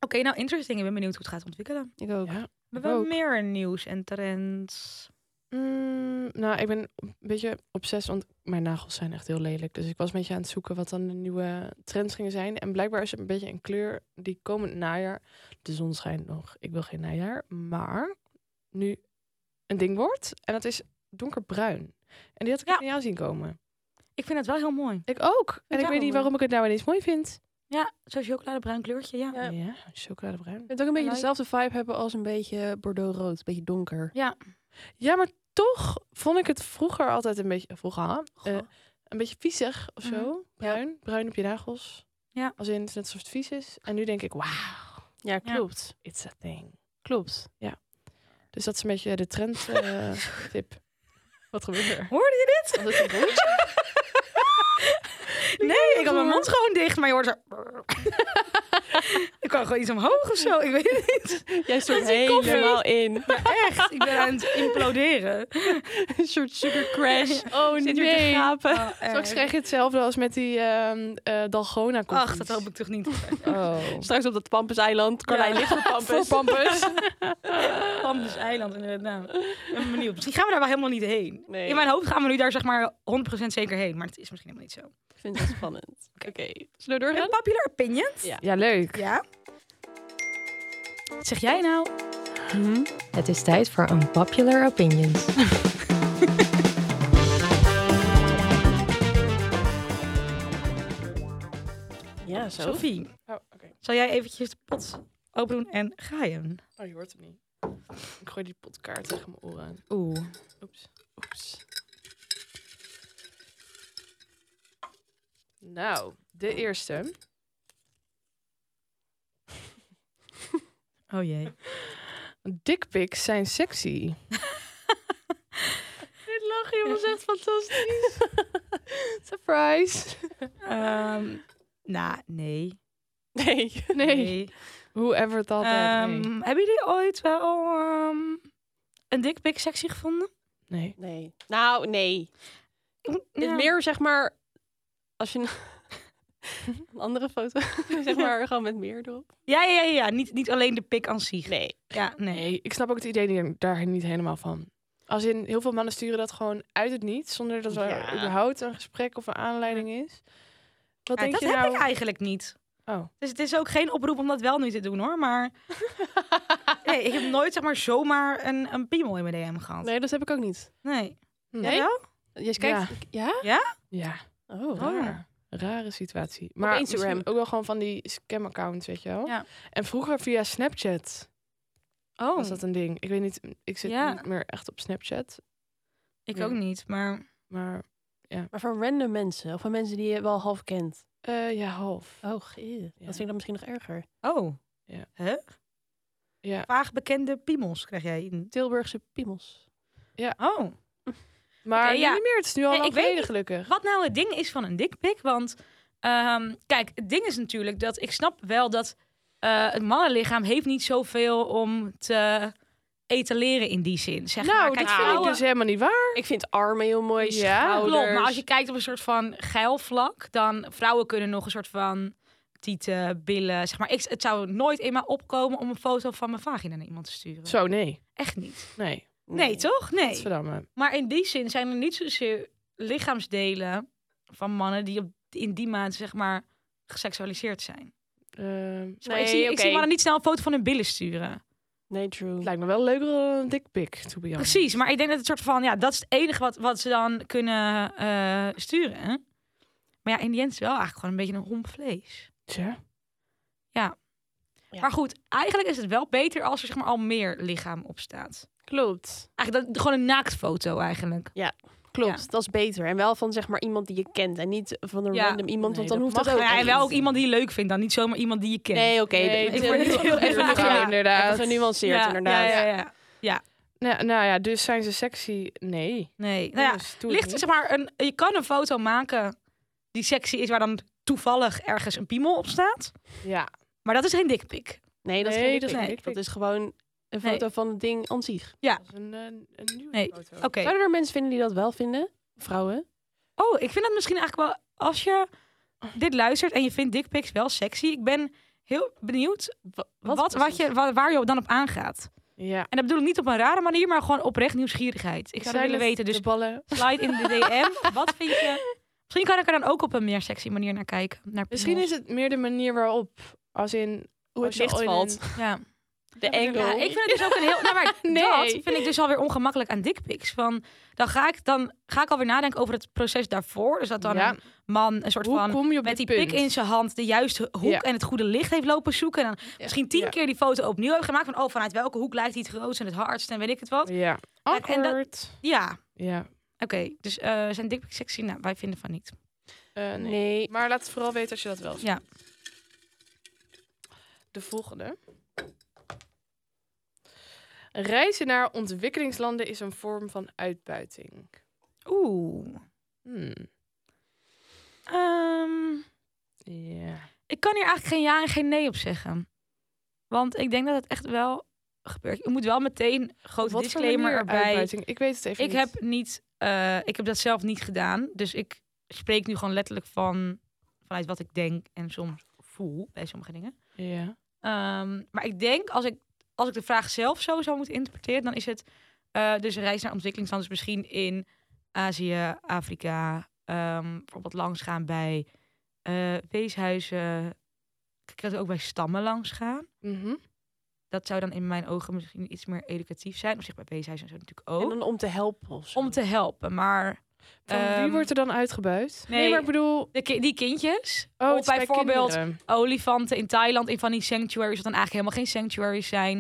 S2: Oké, nou interesting. Ik ben benieuwd hoe het gaat ontwikkelen.
S4: Ik ook.
S1: ja.
S2: We
S1: Ik
S2: hebben wel
S1: ook.
S2: meer nieuws en trends.
S1: Mm, nou, ik ben een beetje obsessief, want mijn nagels zijn echt heel lelijk. Dus ik was een beetje aan het zoeken wat dan de nieuwe trends gingen zijn. En blijkbaar is het een beetje een kleur die komend najaar, de zon schijnt nog, ik wil geen najaar, maar nu een ding wordt. En dat is donkerbruin. En die had ik
S2: Ja.
S1: echt niet aan zien komen.
S2: Ik vind het wel heel mooi.
S1: Ik ook. En
S2: het
S1: ik
S2: wel
S1: weet niet
S2: mooi.
S1: waarom ik het nou ineens mooi vind.
S2: Ja, zo'n chocoladebruin kleurtje, ja.
S4: Ja.
S1: Ja, chocoladebruin.
S4: Het ook een beetje
S2: Like.
S4: dezelfde vibe hebben als een beetje bordeaux-rood, een beetje donker.
S1: Ja, maar toch vond ik het vroeger altijd een beetje... Vroeger, hè? Eh,
S4: Goh.
S1: een beetje viezig of
S2: Mhm.
S1: zo. Bruin. Bruin op je nagels.
S2: Ja.
S1: Als in, het is net alsof het vies is. En nu denk ik, wauw,
S4: ja,
S2: ja.
S4: klopt.
S1: it's a thing.
S4: Klopt.
S1: Dus dat is een beetje de trend eh, tip. Wat gebeurt er?
S2: Hoorde je dit?
S4: Was het een broertje?
S2: Nee, ik had mijn mond gewoon dicht, maar je hoort zo... ik kwam gewoon iets omhoog of zo, ik weet het niet.
S4: Jij stort
S2: Met die koffie.
S4: helemaal in. [laughs]
S2: Echt, ik ben aan het imploderen.
S4: een soort sugar
S2: [laughs]
S4: crash.
S1: Oh
S4: Zit hier te gapen.
S1: Straks krijg je hetzelfde als met die ehm eh dalgona
S2: Eh. Ach, dat hoop ik toch niet.
S1: [laughs] Oh.
S4: Straks op dat Pampus-eiland. Carlijn
S2: Ja.
S4: ligt [laughs] op Pampus.
S2: Pampus Eiland, inderdaad. Nou, ik ben benieuwd. Misschien gaan we daar wel helemaal niet heen.
S4: [laughs] Nee.
S2: In mijn hoofd gaan we nu daar zeg maar 100% zeker heen, maar het is misschien helemaal niet zo.
S4: Ik vind het spannend. [laughs] Oké. Zullen we
S2: Een
S4: doorgaan?
S2: popular opinion?
S1: Ja, leuk.
S2: Ja. Wat zeg jij nou?
S5: Het is tijd voor Unpopular Opinions.
S4: Ja, zo.
S2: Sophie,
S1: Oh, oké.
S2: zal jij eventjes de pot open doen en ga je?
S1: Oh, je hoort het niet. Ik gooi die potkaart tegen mijn oren.
S2: Oeh.
S1: Oeps. Oeps. Nou, de eerste.
S2: Oh jee.
S1: Dickpics zijn sexy. Dit lachen, jongens, echt fantastisch. [laughs]
S2: [laughs]
S1: Surprise.
S2: Ehm nou, nee.
S4: [laughs] Nee.
S1: [laughs] Nee. Whoever thought that.
S2: Ehm,
S1: Nee.
S2: Hebben jullie ooit wel ehm, een dikpik sexy gevonden?
S1: nee.
S4: Nee. Nou, nee. Het
S2: Ja.
S4: is meer zeg maar [laughs] als je een- een andere foto [laughs] zeg maar gewoon met meer erop.
S2: Ja, ja, ja. ja. Niet, niet alleen de pik aan zich.
S4: [laughs] Nee.
S2: Ja, nee.
S1: Nee, ik snap ook het idee niet- daar niet helemaal van. Als in, heel veel mannen sturen dat gewoon uit het niets, zonder dat er
S4: Ja.
S1: überhaupt een gesprek of een aanleiding is. Wat
S2: Ja,
S1: denk
S2: dat
S1: je
S2: heb
S1: nou?
S2: ik eigenlijk niet.
S1: Oh.
S2: Dus het is ook geen oproep om dat wel nu te doen hoor. Maar [laughs] nee, ik heb nooit zeg maar zomaar een, een piemel in mijn DM gehad. Nee.
S4: Nee, dat heb ik ook niet.
S2: Jij wel?
S4: Jij kijkt. Ja?
S1: Ja,
S2: Ah.
S4: Oh.
S1: raar. Rare situatie. Maar
S4: Instagram.
S1: misschien ook wel gewoon van die scam-accounts, weet je wel.
S2: Ja.
S1: En vroeger via Snapchat
S2: Oh,
S1: was dat een ding. Ik weet niet, ik zit
S2: Ja.
S1: niet meer echt op Snapchat.
S2: ik ook niet. Maar
S1: Maar
S4: Maar van random mensen of van mensen die je wel half kent.
S1: eh, ja, half.
S2: Oh.
S4: Oh, eeuw. dat vind ik dan misschien nog erger.
S2: oh.
S1: Ja.
S2: Hè?
S1: Ja.
S2: Vaag bekende piemels krijg jij in.
S4: Tilburgse piemels.
S2: Oh.
S1: Maar
S2: Oké,
S1: nu
S2: ja.
S1: niet meer. Het is nu al
S2: Nee,
S1: lang
S2: ik weet
S1: geleden,
S2: niet.
S1: gelukkig.
S2: Wat nou het ding is van een dikpik. Want ehm, kijk, het ding is natuurlijk dat ik snap wel dat eh, het mannenlichaam heeft niet zoveel om te etaleren in die zin. Zeg maar.
S1: nou,
S2: kijk,
S1: dat vind ik
S2: vrouwen-
S1: dus helemaal niet waar.
S4: Ik vind armen heel mooi.
S1: Ja,
S4: schouders.
S2: Klopt, maar als je kijkt op een soort van geil vlak, dan vrouwen kunnen nog een soort van tieten, billen, zeg maar. Ik, het zou nooit in mij opkomen om een foto van mijn vagina naar iemand te sturen.
S1: Zo, nee.
S2: Echt niet.
S1: Nee,
S2: Nee, toch? Nee.
S1: godverdamme.
S2: Maar in die zin zijn er niet zozeer lichaamsdelen van mannen die op, in die maand, zeg maar, geseksualiseerd zijn.
S1: Ehm,
S2: Zeg maar, ik, zie, ik zie
S4: oké.
S2: mannen niet snel een foto van hun billen sturen.
S4: Nee, true.
S1: het lijkt me wel leuker dan een dikpik, to be honest.
S2: Precies, maar ik denk dat het soort van, ja, dat is het enige wat, wat ze dan kunnen eh, sturen. Maar ja, in die end is het wel eigenlijk gewoon een beetje een romp vlees.
S1: Tja.
S4: Ja.
S2: Maar goed, eigenlijk is het wel beter als er zeg maar, al meer lichaam op staat.
S4: Klopt.
S2: Eigenlijk dat, gewoon een naaktfoto eigenlijk.
S4: Klopt,
S2: Ja.
S4: dat is beter. En wel van zeg maar iemand die je kent en niet van een
S2: Ja.
S4: random
S1: Nee,
S4: iemand, want dan
S1: dat
S4: hoeft
S1: mag
S4: dat ook
S1: niet.
S2: Ja, en
S4: niet.
S2: wel ook iemand die je leuk vindt, dan niet zomaar iemand die je kent.
S4: Nee, oké.
S1: Nee,
S4: dit-
S2: ik
S1: dit-
S2: word nu
S1: [laughs] dit-
S2: heel erg [laughs]
S1: dit-
S2: ja.
S4: Even
S1: inderdaad.
S4: genuanceerd,
S2: ja,
S4: inderdaad.
S2: Ja, ja, ja.
S1: Nou, nou ja, dus zijn ze sexy? Nee.
S2: Nee. Nou ja,
S1: Jongens, doe het
S2: ligt
S1: niet.
S2: zeg maar een, je kan een foto maken die sexy is, waar dan toevallig ergens een piemel op staat.
S1: Ja.
S2: Maar dat is geen dikpik.
S4: Nee, dat,
S1: Nee,
S4: nee,
S1: dat
S2: is
S4: dat,
S2: geen
S1: dikpik.
S4: dat is gewoon een
S2: Nee.
S4: foto van het ding aan zich.
S1: Dat is een, eh, een nieuwe
S2: Nee. Oh.
S1: foto.
S2: Oké.
S4: Zouden er mensen vinden die dat wel vinden? Vrouwen?
S2: Oh, ik vind dat misschien eigenlijk wel... Als je dit luistert en je vindt dikpiks wel sexy, ik ben heel benieuwd
S4: Wa-
S2: wat, wat,
S4: precies?
S2: je, wa- waar je dan op aangaat.
S1: Ja.
S2: En dat bedoel ik niet op een rare manier, maar gewoon oprecht nieuwsgierigheid. Ik zou dat
S1: Zijn
S2: willen
S1: het
S2: weten, dus
S1: De ballen.
S2: slide in de
S1: [laughs]
S2: DM. [laughs] Wat vind je? Misschien kan ik er dan ook op een meer sexy manier naar kijken. Naar
S1: Misschien is het meer de manier waarop. Als in...
S4: Hoe het
S1: als je
S4: licht
S1: al in
S4: valt.
S1: een- [laughs]
S2: Ja.
S4: De angle.
S2: ja, ik vind het dus ook een heel... Nou, maar
S1: Nee.
S2: dat vind ik dus alweer ongemakkelijk aan dickpics. Van, dan, ga ik, dan ga ik alweer nadenken over het proces daarvoor. Dus dat dan
S1: Ja.
S2: een man een soort
S1: Hoe
S2: van...
S1: kom je op
S2: Met die
S1: dit
S2: pik
S1: punt?
S2: in zijn hand de juiste hoek
S1: Ja.
S2: en het goede licht heeft lopen zoeken. En dan misschien tien
S1: Ja.
S2: keer die foto opnieuw hebben gemaakt. Van, oh, vanuit welke hoek lijkt hij het grootst en het hardst en weet ik het wat.
S1: Ja.
S2: En- en dat-
S1: Awkward.
S2: Ja,
S1: Ja.
S2: oké. Dus eh, zijn dickpics sexy? Nou, wij vinden van niet.
S1: Eh, nee.
S4: Nee.
S1: Maar laat het vooral weten als je dat wel
S2: Ja.
S1: De volgende. Reizen naar ontwikkelingslanden is een vorm van uitbuiting.
S2: Oeh.
S1: Hmm.
S2: Ehm,
S1: Ja.
S2: ik kan hier eigenlijk geen ja en geen nee op zeggen. Want ik denk dat het echt wel gebeurt. Ik moet wel meteen grote
S1: Wat voor
S2: disclaimer
S1: manier
S2: erbij.
S1: uitbuiting? Ik weet het even
S2: Ik
S1: niet.
S2: heb, niet, eh, ik heb dat zelf niet gedaan. Dus ik spreek nu gewoon letterlijk van, vanuit wat ik denk en soms voel bij sommige dingen.
S1: Ja.
S2: Ehm, maar ik denk, als ik, als ik de vraag zelf zo zou moeten interpreteren, dan is het eh, dus een reis naar ontwikkelingslanden, dus misschien in Azië, Afrika, ehm, bijvoorbeeld langsgaan bij eh, weeshuizen. Ik kan ook bij stammen langsgaan.
S1: Mhm.
S2: Dat zou dan in mijn ogen misschien iets meer educatief zijn. Op zich bij weeshuizen en zo natuurlijk
S4: En
S2: ook.
S4: dan om te helpen of zo.
S2: Oh. Om te helpen, maar...
S1: Van
S2: ehm,
S1: wie wordt er dan uitgebuit?
S2: nee.
S1: maar ik bedoel...
S2: de ki- die kindjes,
S1: Oh,
S2: Of
S1: het is bij
S2: bijvoorbeeld- ehm,
S1: kinderen.
S2: olifanten in Thailand, in van die sanctuaries, wat dan eigenlijk helemaal geen sanctuaries zijn.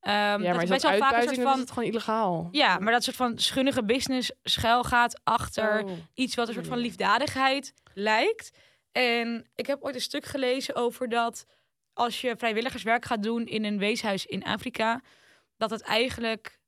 S2: Ehm,
S1: ja, maar
S2: dat
S1: is
S2: best
S1: dat
S2: wel vaak een
S1: uitbuiting?
S2: soort
S1: Dan is
S2: van
S1: het gewoon illegaal.
S2: Ja, maar dat soort van schunnige business schuil gaat achter
S1: Oh.
S2: iets wat een soort van liefdadigheid lijkt. En ik heb ooit een stuk gelezen over dat als je vrijwilligerswerk gaat doen in een weeshuis in Afrika, dat het eigenlijk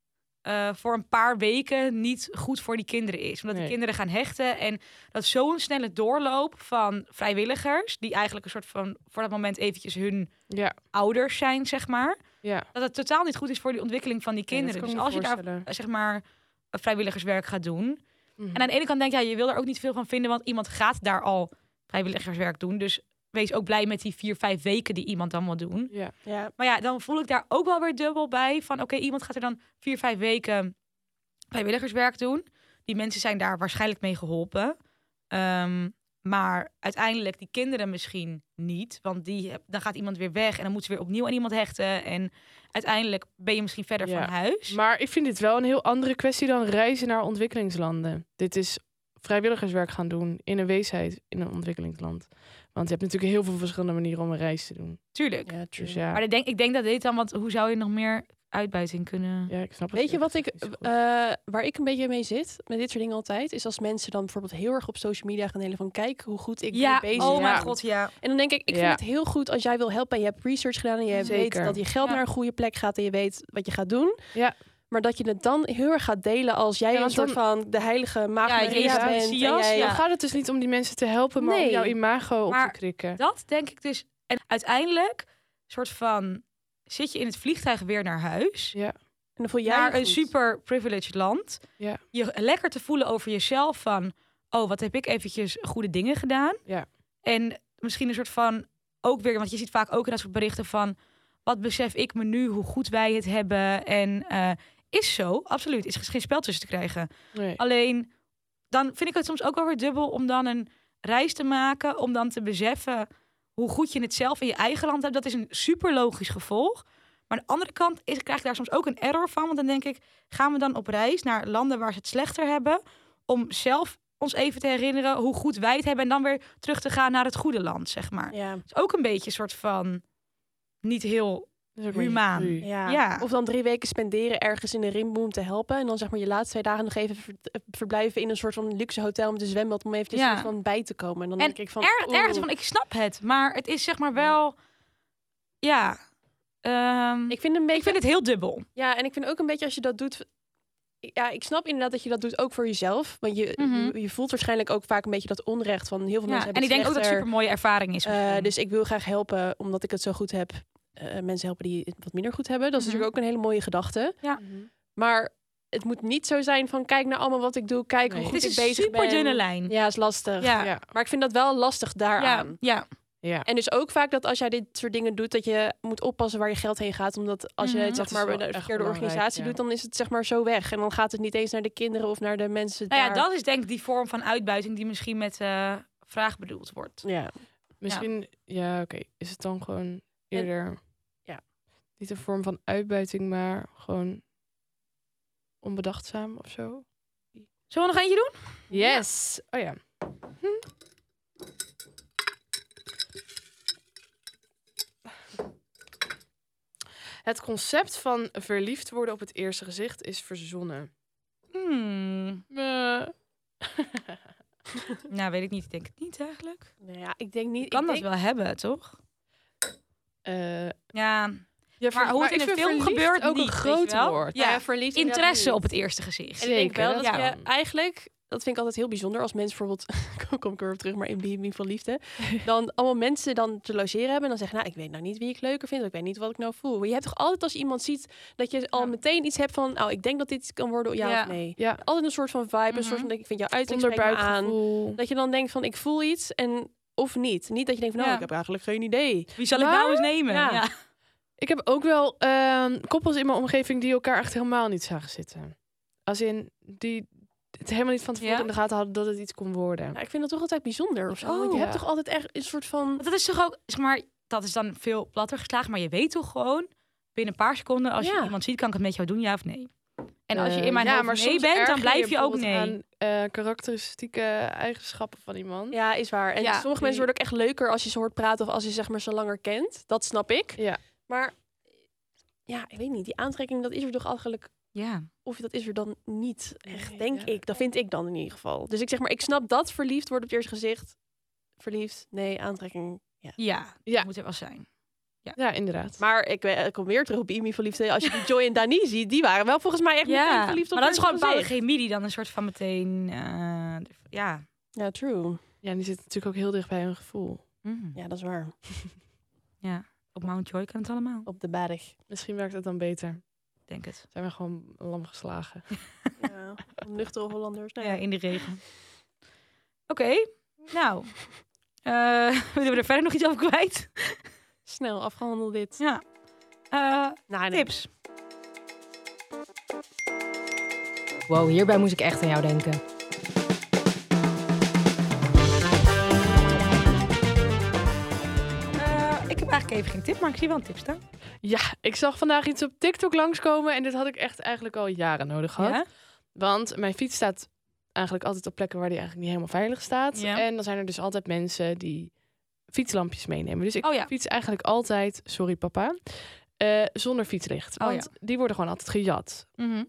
S2: eh, voor een paar weken niet goed voor die kinderen is. Omdat
S1: Nee.
S2: die kinderen gaan hechten en dat is zo'n snelle doorloop van vrijwilligers, die eigenlijk een soort van voor dat moment eventjes hun
S1: Ja.
S2: ouders zijn, zeg maar,
S1: Ja.
S2: dat het totaal niet goed is voor die ontwikkeling van die kinderen. dus als je daar eh, zeg maar eh, vrijwilligerswerk gaat doen.
S1: Mhm.
S2: En aan de ene kant denk je, ja, je wil er ook niet veel van vinden, want iemand gaat daar al vrijwilligerswerk doen. Dus wees ook blij met die vier, vijf weken die iemand dan wil doen.
S1: Ja.
S4: Ja.
S2: Maar ja, dan voel ik daar ook wel weer dubbel bij van, oké, iemand gaat er dan vier, vijf weken vrijwilligerswerk doen. Die mensen zijn daar waarschijnlijk mee geholpen. Ehm, maar uiteindelijk die kinderen misschien niet. Want die, heb- dan gaat iemand weer weg en dan moeten ze weer opnieuw aan iemand hechten. En uiteindelijk ben je misschien verder
S1: Ja.
S2: van huis.
S1: Maar ik vind dit wel een heel andere kwestie dan reizen naar ontwikkelingslanden. Dit is vrijwilligerswerk gaan doen in een weesheid in een ontwikkelingsland. Want je hebt natuurlijk heel veel verschillende manieren om een reis te doen.
S2: Tuurlijk.
S4: Ja,
S1: Dus
S4: true.
S1: ja,
S2: Maar ik denk, ik denk dat dit dan, want hoe zou je nog meer uitbuiting kunnen.
S1: Ja, ik snap het.
S4: Weet je
S1: niet.
S4: wat ik,
S1: Is goed.
S4: eh, waar ik een beetje mee zit met dit soort dingen altijd, is als mensen dan bijvoorbeeld heel erg op social media gaan delen van kijk hoe goed ik ben bezig.
S1: oh mijn
S4: ben.
S1: god,
S2: ja.
S4: En dan denk ik, ik
S1: Ja.
S4: vind het heel goed als jij wil helpen en je hebt research gedaan en je
S1: Zeker.
S4: weet dat je geld
S2: Ja.
S4: naar een goede plek gaat en je weet wat je gaat doen.
S1: Ja.
S4: Maar dat je het dan heel erg gaat delen als jij
S1: Ja,
S4: een
S1: want
S4: soort
S1: dan-
S4: van de heilige maagd
S2: Ja,
S4: Maria
S1: Jezus
S4: bent. En
S2: Messias,
S4: jij,
S1: Dan
S2: ja.
S1: gaat het dus niet om die mensen te helpen, maar
S4: Nee.
S1: om jouw imago op
S2: Maar-
S1: te krikken.
S2: Dat denk ik dus. En uiteindelijk, soort van, zit je in het vliegtuig weer naar huis.
S4: En dan voel jij
S2: naar
S4: je
S2: een
S4: goed.
S2: super privileged land.
S1: Ja.
S2: Je lekker te voelen over jezelf van, oh, wat heb ik eventjes goede dingen gedaan.
S1: Ja.
S2: En misschien een soort van, ook weer, want je ziet vaak ook in dat soort berichten van, wat besef ik me nu, hoe goed wij het hebben. En eh, is zo, absoluut, is geen spel tussen te krijgen.
S1: Nee.
S2: Alleen, dan vind ik het soms ook wel weer dubbel om dan een reis te maken, om dan te beseffen hoe goed je het zelf in je eigen land hebt. Dat is een super logisch gevolg. Maar aan de andere kant is, krijg ik daar soms ook een error van, want dan denk ik, gaan we dan op reis naar landen waar ze het slechter hebben, om zelf ons even te herinneren hoe goed wij het hebben en dan weer terug te gaan naar het goede land, zeg maar.
S4: Ja.
S2: Het is ook een beetje een soort van niet heel.
S1: Dat is ook maar
S2: Humaan.
S1: cru.
S4: Ja.
S2: Ja.
S4: Of dan drie weken spenderen ergens in een rimboom om te helpen. En dan zeg maar je laatste twee dagen nog even ver- eh, verblijven in een soort van luxe hotel met een zwembad om even
S2: Ja.
S4: soort van bij te komen. En dan
S2: En
S4: denk ik van.
S2: Erg,
S4: oeh.
S2: ergens van, ik snap het, maar het is zeg maar wel, ja. ehm,
S4: Ik vind het een beetje.
S2: Ik vind het heel dubbel.
S4: Ja, en ik vind ook een beetje als je dat doet. Ja, ik snap inderdaad dat je dat doet ook voor jezelf. Want je,
S2: Mhm.
S4: je, je voelt waarschijnlijk ook vaak een beetje dat onrecht van heel veel mensen
S2: Ja. En
S4: hebben.
S2: ik
S4: het
S2: denk ook dat het
S4: slechter.
S2: super mooie ervaring is. om te
S4: Eh,
S2: doen.
S4: dus ik wil graag helpen omdat ik het zo goed heb. eh, mensen helpen die het wat minder goed hebben. Dat is
S2: Mhm.
S4: natuurlijk ook een hele mooie gedachte.
S1: Mhm.
S4: Maar het moet niet zo zijn van kijk naar allemaal wat ik doe. Kijk
S1: Nee.
S4: hoe
S2: het
S4: goed
S2: is
S4: ik
S2: een
S4: bezig ben.
S2: super dunne lijn.
S4: Ja, is lastig.
S2: Ja.
S1: Ja.
S4: Maar ik vind dat wel lastig daaraan.
S2: ja, ja.
S1: Ja.
S4: En dus ook vaak dat als jij dit soort dingen doet, dat je moet oppassen waar je geld heen gaat. Omdat als je
S2: Mhm.
S4: het
S1: Dat
S4: zeg
S1: is
S4: maar bij
S1: wel
S4: de
S1: echt
S4: verkeerde
S1: belangrijk,
S4: organisatie
S1: ja.
S4: doet, dan is het zeg maar zo weg. En dan gaat het niet eens naar de kinderen of naar de mensen
S2: Nou ja,
S4: daar.
S2: dat is denk ik die vorm van uitbuiting die misschien met eh, vraag bedoeld wordt.
S4: Ja.
S1: Misschien, ja, oké. Is het dan gewoon eerder.
S4: ja.
S1: Niet een vorm van uitbuiting, maar gewoon onbedachtzaam of zo.
S2: Zullen we nog eentje doen?
S1: Yes! Oh ja. Hm. Het concept van verliefd worden op het eerste gezicht is verzonnen.
S2: Hmm.
S1: Eh,
S2: Nou, weet ik niet. Ik denk het niet eigenlijk.
S4: [laughs] Nou ja, ik denk niet.
S2: Kan
S4: ik
S2: dat
S4: denk-
S2: wel hebben, toch?
S1: eh,
S2: Ja,
S1: ja,
S2: maar
S1: verlie-
S2: hoe het
S1: ik
S2: in een
S1: vind
S2: film
S1: verliefd
S2: gebeurt
S1: ook
S2: niet,
S1: een
S2: weet
S1: groot
S2: je wel?
S1: woord.
S2: Ja,
S4: Ja, verliefd inderdaad
S2: interesse
S4: niet.
S2: op het eerste gezicht.
S4: En ik denk
S1: Zeker,
S4: wel
S1: dat
S4: dat
S1: kan.
S4: je eigenlijk, dat vind ik altijd heel bijzonder als mensen bijvoorbeeld, [laughs] kom ik weer op terug, maar in Bibi van Liefde, dan allemaal mensen dan te logeren hebben en dan zeggen, nou, ik weet nou niet wie ik leuker vind, of ik weet niet wat ik nou voel. Maar je hebt toch altijd als iemand ziet dat je al
S2: Ja.
S4: meteen iets hebt van, nou, ik denk dat dit kan worden, ja,
S2: Ja.
S4: of nee.
S1: Ja.
S4: Altijd een soort van vibe, een soort van,
S2: Mhm.
S4: ik vind jouw uiterlijk spreekt me aan.
S1: Onderbuikgevoel.
S4: Dat je dan denkt van, ik voel iets en of niet. Niet dat je denkt van, nou,
S2: Ja.
S4: ik heb eigenlijk geen idee.
S2: Wie zal ik
S1: Maar-
S2: nou eens nemen?
S4: Ja.
S2: Ja.
S1: Ik heb ook wel ehm, koppels in mijn omgeving die elkaar echt helemaal niet zagen zitten. Als in, die het helemaal niet van tevoren
S2: Ja?
S1: in de gaten hadden dat het iets kon worden.
S4: Nou, ik vind dat toch altijd bijzonder of zo.
S1: Oh,
S4: Want je
S1: ja.
S4: hebt toch altijd echt een soort van...
S2: Want Dat is toch ook, zeg maar, dat is dan veel platter geslagen. Maar je weet toch gewoon, binnen een paar seconden, als je
S4: Ja.
S2: iemand ziet, kan ik het met jou doen, ja of nee? En als je in
S1: Eh,
S2: mijn
S1: ja,
S2: hoofd
S1: maar
S2: nee
S1: soms
S2: bent, dan
S1: erger
S2: blijf je ook nee.
S1: bijvoorbeeld aan eh, karakteristieke eigenschappen van iemand.
S4: Ja, is waar. En
S2: Ja,
S4: sommige
S1: Hm?
S4: mensen
S1: die-
S4: worden ook echt leuker als je ze hoort praten of als je zeg maar ze langer kent. Dat snap ik.
S1: Ja.
S4: Maar ja, ik weet niet. Die aantrekking, dat is er toch eigenlijk...
S2: Ja.
S4: Of dat is er dan niet echt,
S1: Nee,
S4: denk
S1: ja.
S4: ik. Dat vind ik dan in ieder geval. Dus ik zeg maar, ik snap dat verliefd wordt op het eerste gezicht. Verliefd, nee, aantrekking.
S2: Ja,
S1: Ja.
S2: dat moet er wel zijn.
S1: Ja, inderdaad.
S4: Maar ik, we- ik kom weer terug op Imi verliefd. Als je die Joy en Dani ziet, die waren wel volgens mij echt meteen verliefd op
S2: maar dat is
S4: het
S2: gewoon een
S4: eerste
S2: bepaalde
S4: gezicht.
S2: chemie die dan een soort van meteen... eh, ja.
S4: Ja, true.
S1: Ja, die zit natuurlijk ook heel dicht bij hun gevoel.
S2: Mm.
S4: Ja, dat is waar.
S2: Op Mount Joy kan het allemaal,
S4: Op de berg.
S1: Misschien werkt dat dan beter.
S2: ik denk het.
S1: Zijn we gewoon lam geslagen.
S4: Ja, nuchtere Hollanders. Nou
S2: Ja,
S4: ja.
S2: in de regen. Oké, nou. eh [laughs] willen we er verder nog iets over kwijt?
S4: Snel, afgehandeld dit.
S2: Ja. Eh,
S4: Nou, nee.
S2: tips.
S5: Wow, hierbij moest ik echt aan jou denken.
S2: Eh, ik heb eigenlijk even geen tip, maar ik zie wel een tip staan.
S1: Ja, ik zag vandaag iets op TikTok langskomen en dit had ik echt eigenlijk al jaren nodig gehad.
S2: Ja?
S1: Want mijn fiets staat eigenlijk altijd op plekken waar die eigenlijk niet helemaal veilig staat.
S2: Ja.
S1: En dan zijn er dus altijd mensen die fietslampjes meenemen. Dus ik
S2: Oh ja.
S1: fiets eigenlijk altijd, sorry papa, eh, zonder fietslicht.
S2: Oh,
S1: Want die worden gewoon altijd gejat.
S2: Mhm.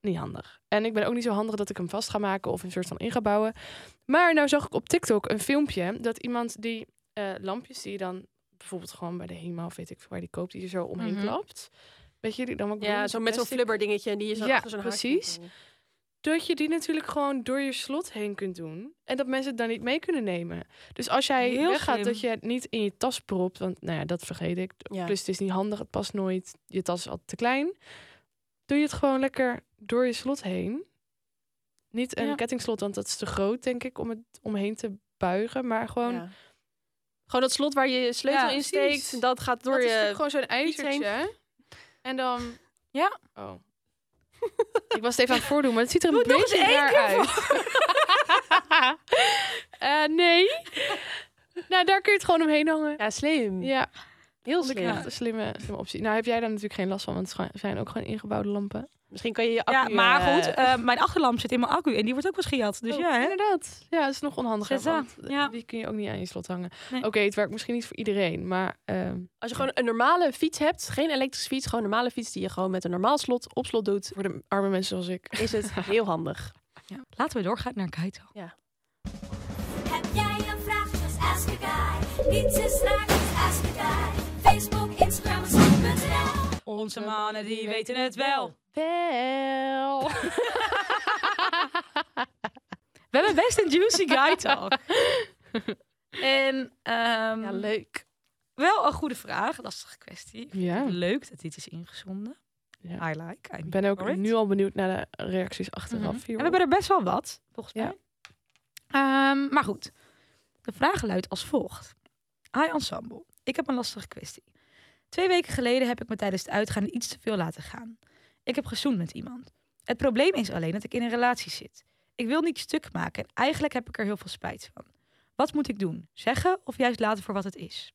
S1: niet handig. En ik ben ook niet zo handig dat ik hem vast ga maken of een soort van in ga bouwen. Maar nou zag ik op TikTok een filmpje dat iemand die eh, lampjes die je dan bijvoorbeeld gewoon bij de HEMA of weet ik veel waar die koopt, die je zo omheen
S2: Mhm.
S1: klapt. Weet je die dan ook
S4: Ja, zo met zo'n flubber dingetje die je zo
S1: Ja,
S4: achter zo'n haakje
S1: precies.
S4: kan doen.
S1: Dat je die natuurlijk gewoon door je slot heen kunt doen. En dat mensen het dan niet mee kunnen nemen. Dus als jij
S2: Heel
S1: weggaat,
S2: slim.
S1: dat je het niet in je tas propt. Want nou ja, dat vergeet ik.
S4: Ja.
S1: Plus het is niet handig, het past nooit. Je tas is altijd te klein. Doe je het gewoon lekker door je slot heen. Niet een
S2: Ja.
S1: kettingslot, want dat is te groot, denk ik, om het omheen te buigen. Maar gewoon,
S4: Ja. Gewoon dat slot waar je je sleutel
S2: Ja,
S4: in
S1: precies.
S4: steekt, dat gaat door
S1: dat is
S4: je...
S1: natuurlijk gewoon zo'n ijzertje. hè? En dan...
S2: Ja.
S1: Oh. [laughs] ik was het even aan het voordoen, maar het ziet er een
S2: Doe het nog
S1: beetje
S2: eens één
S1: raar
S2: keer
S1: uit. [laughs] Eh, nee. nou, daar kun je het gewoon omheen hangen.
S4: Ja, slim.
S1: Ja,
S4: Heel
S1: Mm, dat
S4: slim.
S1: is echt een slimme, slimme optie. Nou heb jij daar natuurlijk geen last van, want het is gewoon- zijn ook gewoon ingebouwde lampen.
S4: Misschien kan je je
S2: Ja,
S4: accu...
S2: maar
S4: eh,
S2: [laughs] goed, eh, mijn achterlamp zit in mijn accu en die wordt ook wel eens gejat. Dus
S1: Oh,
S2: ja, hè?
S1: inderdaad. Ja, dat is nog onhandiger,
S2: Zet aan,
S1: want
S2: ja.
S1: die kun je ook niet aan je slot hangen.
S2: Nee.
S1: Oké, het werkt misschien niet voor iedereen, maar... ehm,
S4: Als je gewoon een normale fiets hebt, geen elektrische fiets, gewoon een normale fiets die je gewoon met een normaal slot op slot doet,
S1: voor de arme mensen zoals ik.
S4: is [laughs] het heel handig.
S2: Ja. Laten we doorgaan naar Kaito.
S6: Heb jij een vraag? Just ask a guy. Niets is raar, just ask a guy. Facebook, Instagram, en Snap.nl.
S2: Onze mannen die weten het wel.
S4: Wel.
S2: [laughs] We hebben best een juicy guy talk. [laughs] en ehm,
S4: Ja, leuk.
S2: wel een goede vraag, lastige kwestie.
S1: Ja,
S2: Leuk dat dit is ingezonden.
S1: Oh. Ja.
S2: I like. I'm
S1: ik ben ook
S2: for it.
S1: nu al benieuwd naar de reacties achteraf.
S2: Mhm. En
S1: hierop.
S2: we hebben er best wel wat, volgens
S1: Ja.
S2: mij. Ehm, maar goed, de vraag luidt als volgt. Hi Ensemble, ik heb een lastige kwestie. Twee weken geleden heb ik me tijdens het uitgaan iets te veel laten gaan. Ik heb gezoend met iemand. Het probleem is alleen dat ik in een relatie zit. Ik wil niet stuk maken en eigenlijk heb ik er heel veel spijt van. Wat moet ik doen? Zeggen of juist laten voor wat het is?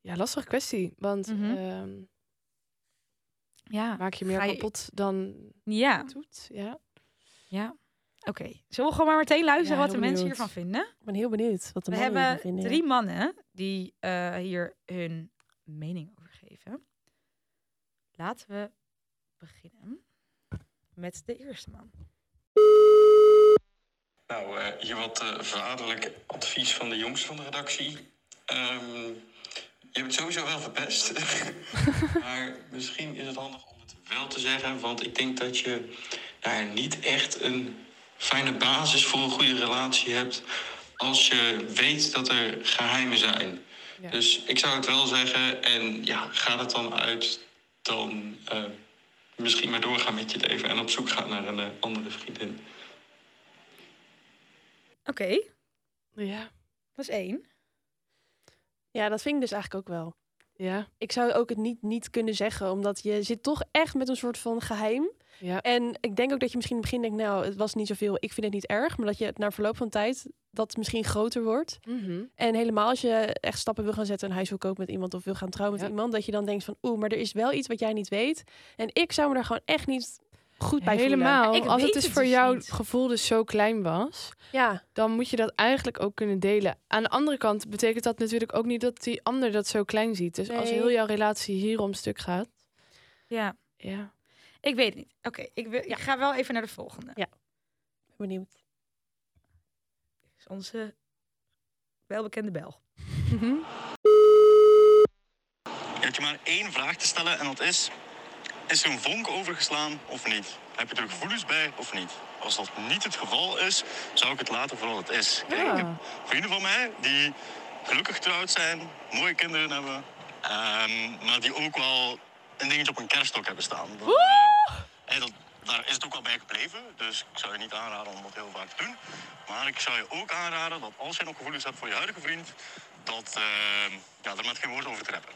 S1: Ja, lastige kwestie. Want
S2: Mhm.
S1: ehm,
S2: Ja,
S1: maak je meer
S2: Ga je-
S1: kapot dan
S2: ja,
S1: doet. Ja.
S2: ja. Oké, zullen we gewoon maar meteen luisteren
S1: Ja,
S2: wat de
S1: heel
S2: mensen
S1: benieuwd.
S2: hiervan vinden?
S4: Ik ben heel benieuwd wat de
S2: We
S4: mannen
S2: hebben
S4: hiervan vinden.
S2: drie mannen die eh, hier hun mening over geven. Laten we beginnen met de eerste man.
S7: Nou, eh, hier wat eh, vaderlijk advies van de jongens van de redactie. Ehm, je hebt het sowieso wel verpest. [laughs] maar misschien is het handig om het wel te zeggen. Want ik denk dat je daar niet echt een fijne basis voor een goede relatie hebt. Als je weet dat er geheimen zijn.
S1: Ja.
S7: Dus ik zou het wel zeggen. En ja, gaat het dan uit, dan eh, misschien maar doorgaan met je leven. En op zoek gaan naar een eh, andere vriendin.
S2: Oké,
S1: Ja.
S2: dat is één.
S4: Ja, dat vind ik dus eigenlijk ook wel.
S1: Ja.
S4: Ik zou ook het niet, niet kunnen zeggen, omdat je zit toch echt met een soort van geheim.
S1: Ja.
S4: En ik denk ook dat je misschien in het begin denkt, nou, het was niet zoveel, ik vind het niet erg. Maar dat je het na verloop van tijd, dat misschien groter wordt.
S1: Mhm.
S4: En helemaal als je echt stappen wil gaan zetten, een huis wil kopen met iemand of wil gaan trouwen met
S1: Ja.
S4: iemand, dat je dan denkt van, oeh, maar er is wel iets wat jij niet weet. En ik zou me daar gewoon echt niet goed bij
S1: Helemaal.
S2: Ik
S1: Als het
S2: weet
S1: dus
S2: het
S1: voor
S2: dus
S1: jouw
S2: niet.
S1: gevoel dus zo klein was,
S4: voelen. Ja,
S1: dan moet je dat eigenlijk ook kunnen delen. Aan de andere kant betekent dat natuurlijk ook niet dat die ander dat zo klein ziet. Dus als
S4: Nee.
S1: heel jouw relatie hierom stuk gaat,
S2: Ja,
S1: ja.
S2: ik weet het niet. Oké, ik, wil- ik ga wel even naar de volgende.
S4: Ja. benieuwd.
S2: Is onze welbekende Belg.
S7: Je hebt je maar één vraag te stellen en dat is: is er een vonk overgeslagen of niet? Heb je er gevoelens bij of niet? Als dat niet het geval is, zou ik het laten voor wat het is. Kijk, ik heb vrienden van mij die gelukkig getrouwd zijn, mooie kinderen hebben, ehm, maar die ook wel een dingetje op een kerststok hebben staan. Dat, eh, en dat, daar is het ook wel bij gebleven, dus ik zou je niet aanraden om dat heel vaak te doen. Maar ik zou je ook aanraden dat als je nog gevoelens hebt voor je huidige vriend, dat ehm ja, er met geen woord over te reppen.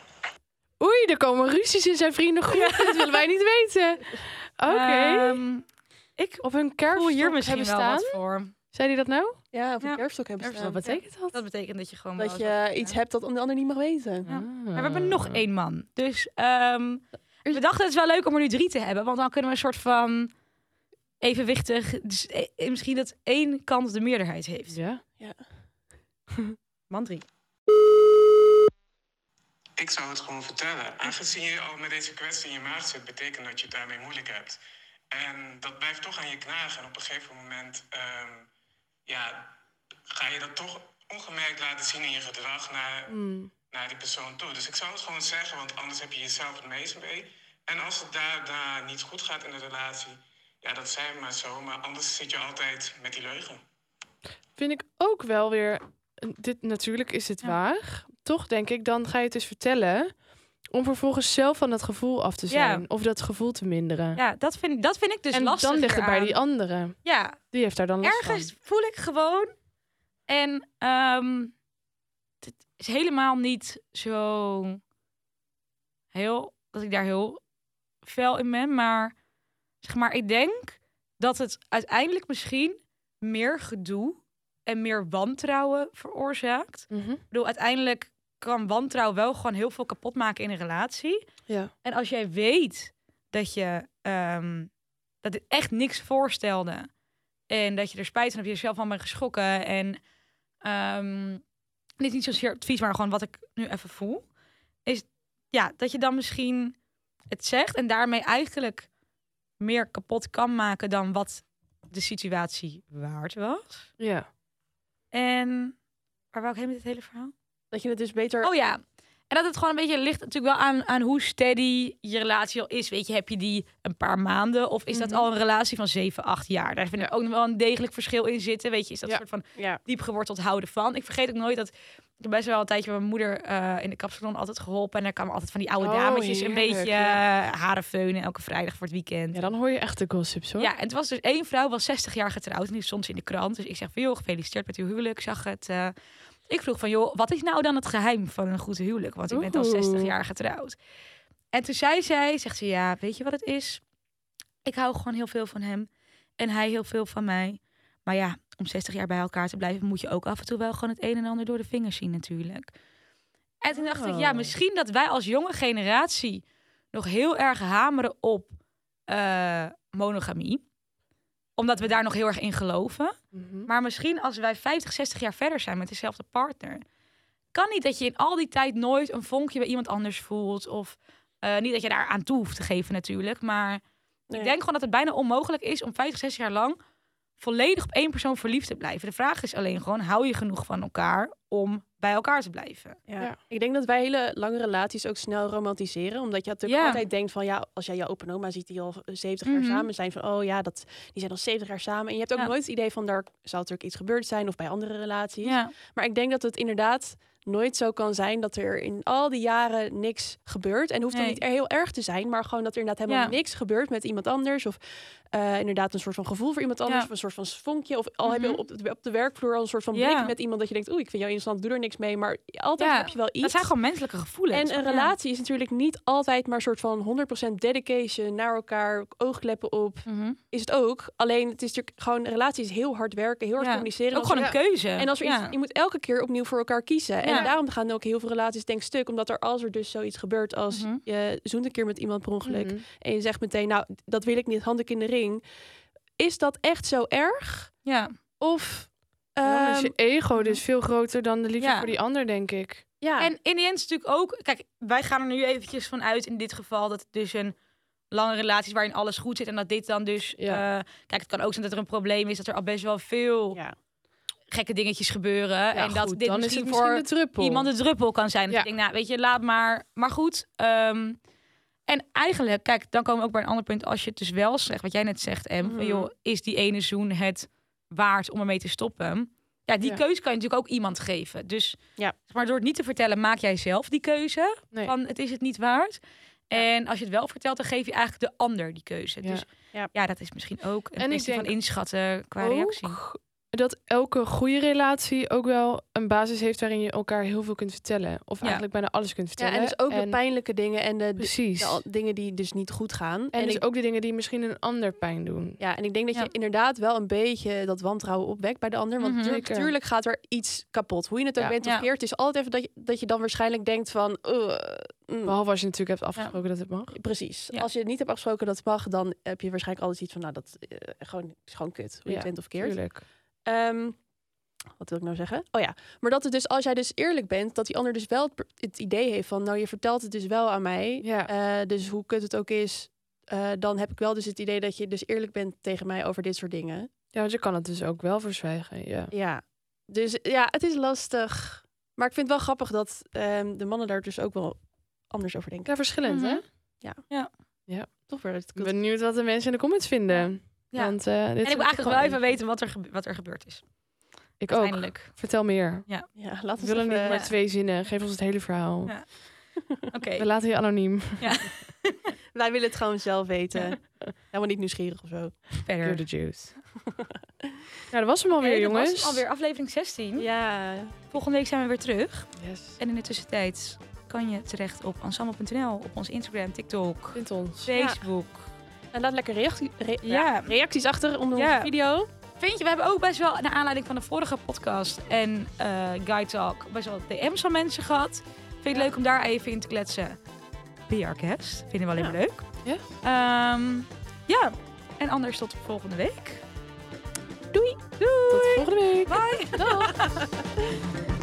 S1: Oei, er komen ruzies in zijn vriendengroep. Dat willen wij niet weten.
S2: [laughs]
S1: Oké.
S2: Ehm, ik
S1: Op hun
S2: voel
S1: kerfstok
S2: hier
S1: hebben
S2: misschien wel
S1: staan.
S2: wat voor.
S1: Zei hij dat nou?
S4: Ja, of een
S2: Ja.
S4: kerfstok hebben
S2: Kerfstok.
S4: staan.
S1: Wat betekent dat?
S2: Dat betekent dat je gewoon wel
S4: Dat
S2: eens wat
S4: je
S2: hebt
S4: iets
S2: gedaan.
S4: hebt dat de ander niet mag weten.
S2: Ja. Maar we hebben nog één man. Dus ehm, we dachten het is wel leuk om er nu drie te hebben. Want dan kunnen we een soort van evenwichtig... Dus eh, eh, misschien dat één kant de meerderheid heeft.
S1: Ja.
S2: Man drie.
S8: Ik zou het gewoon vertellen. Aangezien je al met deze kwestie in je maag zit, betekent dat je het daarmee moeilijk hebt. En dat blijft toch aan je knagen. En op een gegeven moment ehm, ja, ga je dat toch ongemerkt laten zien in je gedrag naar, naar die persoon toe. Dus ik zou het gewoon zeggen, want anders heb je jezelf het meest mee. En als het daarna niet goed gaat in de relatie, ja, dat zijn we maar zo. Maar anders zit je altijd met die leugen.
S1: vind ik ook wel weer. Dit, natuurlijk is het waar. Toch denk ik, dan ga je het dus vertellen. Om vervolgens zelf van dat gevoel af te
S2: Ja.
S1: zijn. Of dat gevoel te minderen.
S2: Ja, dat vind, dat vind ik dus
S1: en
S2: lastig.
S1: dan ligt het bij
S2: eraan.
S1: die andere.
S2: Ja,
S1: Die heeft daar dan last van.
S2: ergens voel ik gewoon. En ehm het is helemaal niet zo heel dat ik daar heel fel in ben, maar zeg maar, ik denk dat het uiteindelijk misschien meer gedoe en meer wantrouwen veroorzaakt.
S1: Mhm.
S2: Ik bedoel, uiteindelijk kan wantrouw wel gewoon heel veel kapot maken in een relatie.
S1: Ja.
S2: En als jij weet dat je ehm, dat dit echt niks voorstelde en dat je er spijt van hebt, jezelf van bent geschrokken en ehm, dit is niet zozeer advies, maar gewoon wat ik nu even voel, is ja dat je dan misschien het zegt en daarmee eigenlijk meer kapot kan maken dan wat de situatie waard was.
S1: Ja.
S2: En waar wou ik heen met dit hele verhaal?
S4: Dat je het dus beter...
S2: Oh ja. En dat het gewoon een beetje ligt natuurlijk wel aan, aan hoe steady je relatie al is. Weet je, heb je die een paar maanden? Of is dat
S1: Mhm.
S2: al een relatie van 7, 8 jaar? Daar vind ik ook nog wel een degelijk verschil in zitten. Weet je, is dat
S4: Ja.
S2: soort van
S4: ja.
S2: diep geworteld houden van. Ik vergeet ook nooit dat... Ik heb best wel een tijdje bij mijn moeder eh, in de kapsalon altijd geholpen. En daar kwamen altijd van die oude
S1: Oh,
S2: dametjes een
S1: heerlijk,
S2: beetje eh, haren feunen elke vrijdag voor het weekend.
S1: ja, dan hoor je echt de gossips hoor.
S2: Ja, en het was dus één vrouw, was 60 jaar getrouwd en die stond ze in de krant. Dus ik zeg van, joh, gefeliciteerd met uw huwelijk. Ik zag het. eh. ik vroeg van, joh, wat is nou dan het geheim van een goed huwelijk? Want ik ben al
S1: Oeh.
S2: 60 jaar getrouwd. En toen zei zij, zegt ze, ja, weet je wat het is? Ik hou gewoon heel veel van hem en hij heel veel van mij. Maar ja, om 60 jaar bij elkaar te blijven, moet je ook af en toe wel gewoon het een en ander door de vingers zien natuurlijk. En toen dacht ik, ja,
S1: Oh.
S2: misschien dat wij als jonge generatie nog heel erg hameren op eh, monogamie. Omdat we daar nog heel erg in geloven.
S1: Mhm.
S2: Maar misschien als wij 50, 60 jaar verder zijn met dezelfde partner. Kan niet dat je in al die tijd nooit een vonkje bij iemand anders voelt. Of eh, niet dat je daar aan toe hoeft te geven natuurlijk. Maar
S4: Nee.
S2: ik denk gewoon dat het bijna onmogelijk is om 50, 60 jaar lang volledig op één persoon verliefd te blijven. De vraag is alleen gewoon, hou je genoeg van elkaar om bij elkaar te blijven?
S4: Ja.
S1: Ja.
S4: Ik denk dat wij hele lange relaties ook snel romantiseren. Omdat je natuurlijk
S2: Ja.
S4: altijd denkt van ja, als jij je opa en oma ziet die al 70
S2: Mhm.
S4: jaar samen zijn. Van oh ja, dat, die zijn al 70 jaar samen. En je hebt ook
S2: Ja.
S4: nooit het idee van daar zal natuurlijk iets gebeurd zijn. Of bij andere relaties.
S2: Ja,
S4: Maar ik denk dat het inderdaad nooit zo kan zijn dat er in al die jaren niks gebeurt. En hoeft
S2: Nee.
S4: dan niet er heel erg te zijn, maar gewoon dat er inderdaad helemaal
S2: Ja.
S4: niks gebeurt met iemand anders. Of eh, inderdaad een soort van gevoel voor iemand anders,
S2: Ja.
S4: of een soort van vonkje. Of al heb
S2: Mhm.
S4: je op de, op de werkvloer al een soort van blik
S2: Ja.
S4: met iemand dat je denkt, oeh, ik vind jou interessant, doe er niks mee. Maar altijd
S2: Ja.
S4: heb je wel iets.
S2: dat zijn gewoon menselijke gevoelens.
S4: En een
S2: Ja.
S4: relatie is natuurlijk niet altijd maar een soort van 100% dedication naar elkaar, oogkleppen op.
S2: Mhm.
S4: Is het ook. Alleen het is natuurlijk gewoon, een relatie is heel hard werken, heel hard
S2: Ja.
S4: communiceren.
S2: Ook
S4: Als
S2: gewoon
S4: er-
S2: een keuze.
S4: en als er
S2: Ja.
S4: iets, je moet elke keer opnieuw voor elkaar kiezen.
S2: Ja.
S4: En daarom gaan ook heel veel relaties denk ik stuk. Omdat er als er dus zoiets gebeurt als
S2: Mhm.
S4: je zoent een keer met iemand per ongeluk.
S1: Mhm.
S4: En je zegt meteen, nou, dat wil ik niet, handdoek in de ring. Is dat echt zo erg?
S2: Ja.
S4: Of
S1: Dan is
S4: ehm,
S1: je ego dus veel groter dan de liefde
S2: Ja.
S1: voor die ander, denk ik.
S4: ja,
S2: En in die end is natuurlijk ook... Kijk, wij gaan er nu eventjes van uit in dit geval... dat het dus een lange relatie is waarin alles goed zit... en dat dit dan dus...
S1: Ja.
S2: eh, kijk, het kan ook zijn dat er een probleem is... dat er al best wel veel
S4: Ja.
S2: gekke dingetjes gebeuren...
S1: Ja,
S2: en dat
S1: goed,
S2: dit
S1: dan is
S2: misschien
S1: het
S2: voor
S1: misschien de druppel.
S2: iemand de druppel kan zijn. Dat
S1: Ja.
S2: ik denk, nou, weet je, laat maar. Maar goed. ehm, en eigenlijk, kijk, dan komen we ook bij een ander punt. Als je het dus wel zegt, wat jij net zegt, Em. van,
S4: Mhm.
S2: joh, is die ene zoen het waard om ermee te stoppen? Ja, die
S1: Ja.
S2: keuze kan je natuurlijk ook iemand geven. Dus
S4: Ja.
S2: zeg maar door het niet te vertellen, maak jij zelf die keuze.
S1: Nee.
S2: Van, het is het niet waard. En als je het wel vertelt, dan geef je eigenlijk de ander die keuze.
S1: Ja.
S2: Dus ja.
S4: Ja.
S2: dat is misschien ook een
S1: En ik
S2: kwestie van
S1: denk
S2: inschatten qua
S1: Ook
S2: reactie.
S1: dat elke goede relatie ook wel een basis heeft waarin je elkaar heel veel kunt vertellen. Of
S2: Ja.
S1: eigenlijk bijna alles kunt vertellen.
S4: ja, en dus ook de pijnlijke dingen en de, de,
S1: Precies.
S4: de dingen die dus niet goed gaan.
S1: En, dus
S4: ik-
S1: ook de dingen die misschien een ander pijn doen.
S4: Ja, en ik denk dat
S2: Ja.
S4: je inderdaad wel een beetje dat wantrouwen opwekt bij de ander. Want
S2: Mhm.
S4: natuurlijk
S1: Zeker.
S4: tuurlijk gaat er iets kapot. Hoe je het ook
S1: Ja.
S4: bent of
S2: Ja.
S4: keert, het is altijd even dat je, dat je dan waarschijnlijk denkt van... eh, mm,
S1: Behalve als je natuurlijk hebt afgesproken dat het mag.
S4: Precies.
S2: Ja.
S4: Als je het niet hebt afgesproken dat het mag, dan heb je waarschijnlijk altijd iets van... Nou, dat eh, gewoon, is gewoon kut, hoe je
S1: Ja,
S4: het bent of keert.
S1: Tuurlijk.
S4: Ehm, Wat wil ik nou zeggen? Oh ja, maar dat het dus als jij dus eerlijk bent, dat die ander dus wel het, pr- het idee heeft van, nou je vertelt het dus wel aan mij,
S1: Ja.
S4: eh, dus hoe kut het ook is, eh, dan heb ik wel dus het idee dat je dus eerlijk bent tegen mij over dit soort dingen.
S1: Ja, want je kan het dus ook wel verzwijgen. Ja.
S4: Ja, dus ja, het is lastig. Maar ik vind het wel grappig dat ehm, de mannen daar dus ook wel anders over denken.
S1: Ja, verschillend,
S2: Mhm.
S1: hè?
S4: Toch weer het
S1: Ik ben benieuwd wat de mensen in de comments vinden.
S2: Ja.
S1: Want, eh, dit
S2: En ik
S1: vind
S2: wil eigenlijk wel
S1: gewoon-
S2: even weten wat er, gebe- wat er gebeurd is.
S1: Ik ook.
S2: Uiteindelijk.
S1: Vertel meer.
S4: Ja, laat
S1: We
S4: ons
S1: willen
S4: even...
S1: niet maar
S2: ja.
S1: twee zinnen. Geef ons het hele verhaal.
S2: Ja. Oké.
S1: We laten je anoniem.
S4: Wij willen het gewoon zelf weten. Helemaal niet nieuwsgierig of zo.
S1: You're
S2: Verder.
S1: the juice. [laughs] nou, dat was hem alweer,
S2: Hey, dat was
S1: jongens.
S2: hem alweer aflevering 16.
S4: Ja,
S2: Volgende week zijn we weer terug.
S1: Yes.
S2: En in de tussentijd kan je terecht op ensemble.nl, op ons Instagram, TikTok,
S1: Vind ons.
S2: Facebook.
S4: en laat lekker reactie, re-
S2: Ja.
S4: ja, reacties achter onder
S2: Ja.
S4: onze video.
S2: Vind je, we hebben ook best wel, naar aanleiding van de vorige podcast en eh Guide Talk, best wel DM's van mensen gehad. Vind je het leuk om daar even in te kletsen? Be our guest. Vinden we alleen maar leuk.
S1: Ja.
S2: Ehm, ja. En anders tot volgende week. Doei. Doei.
S1: Tot volgende week.
S2: Bye.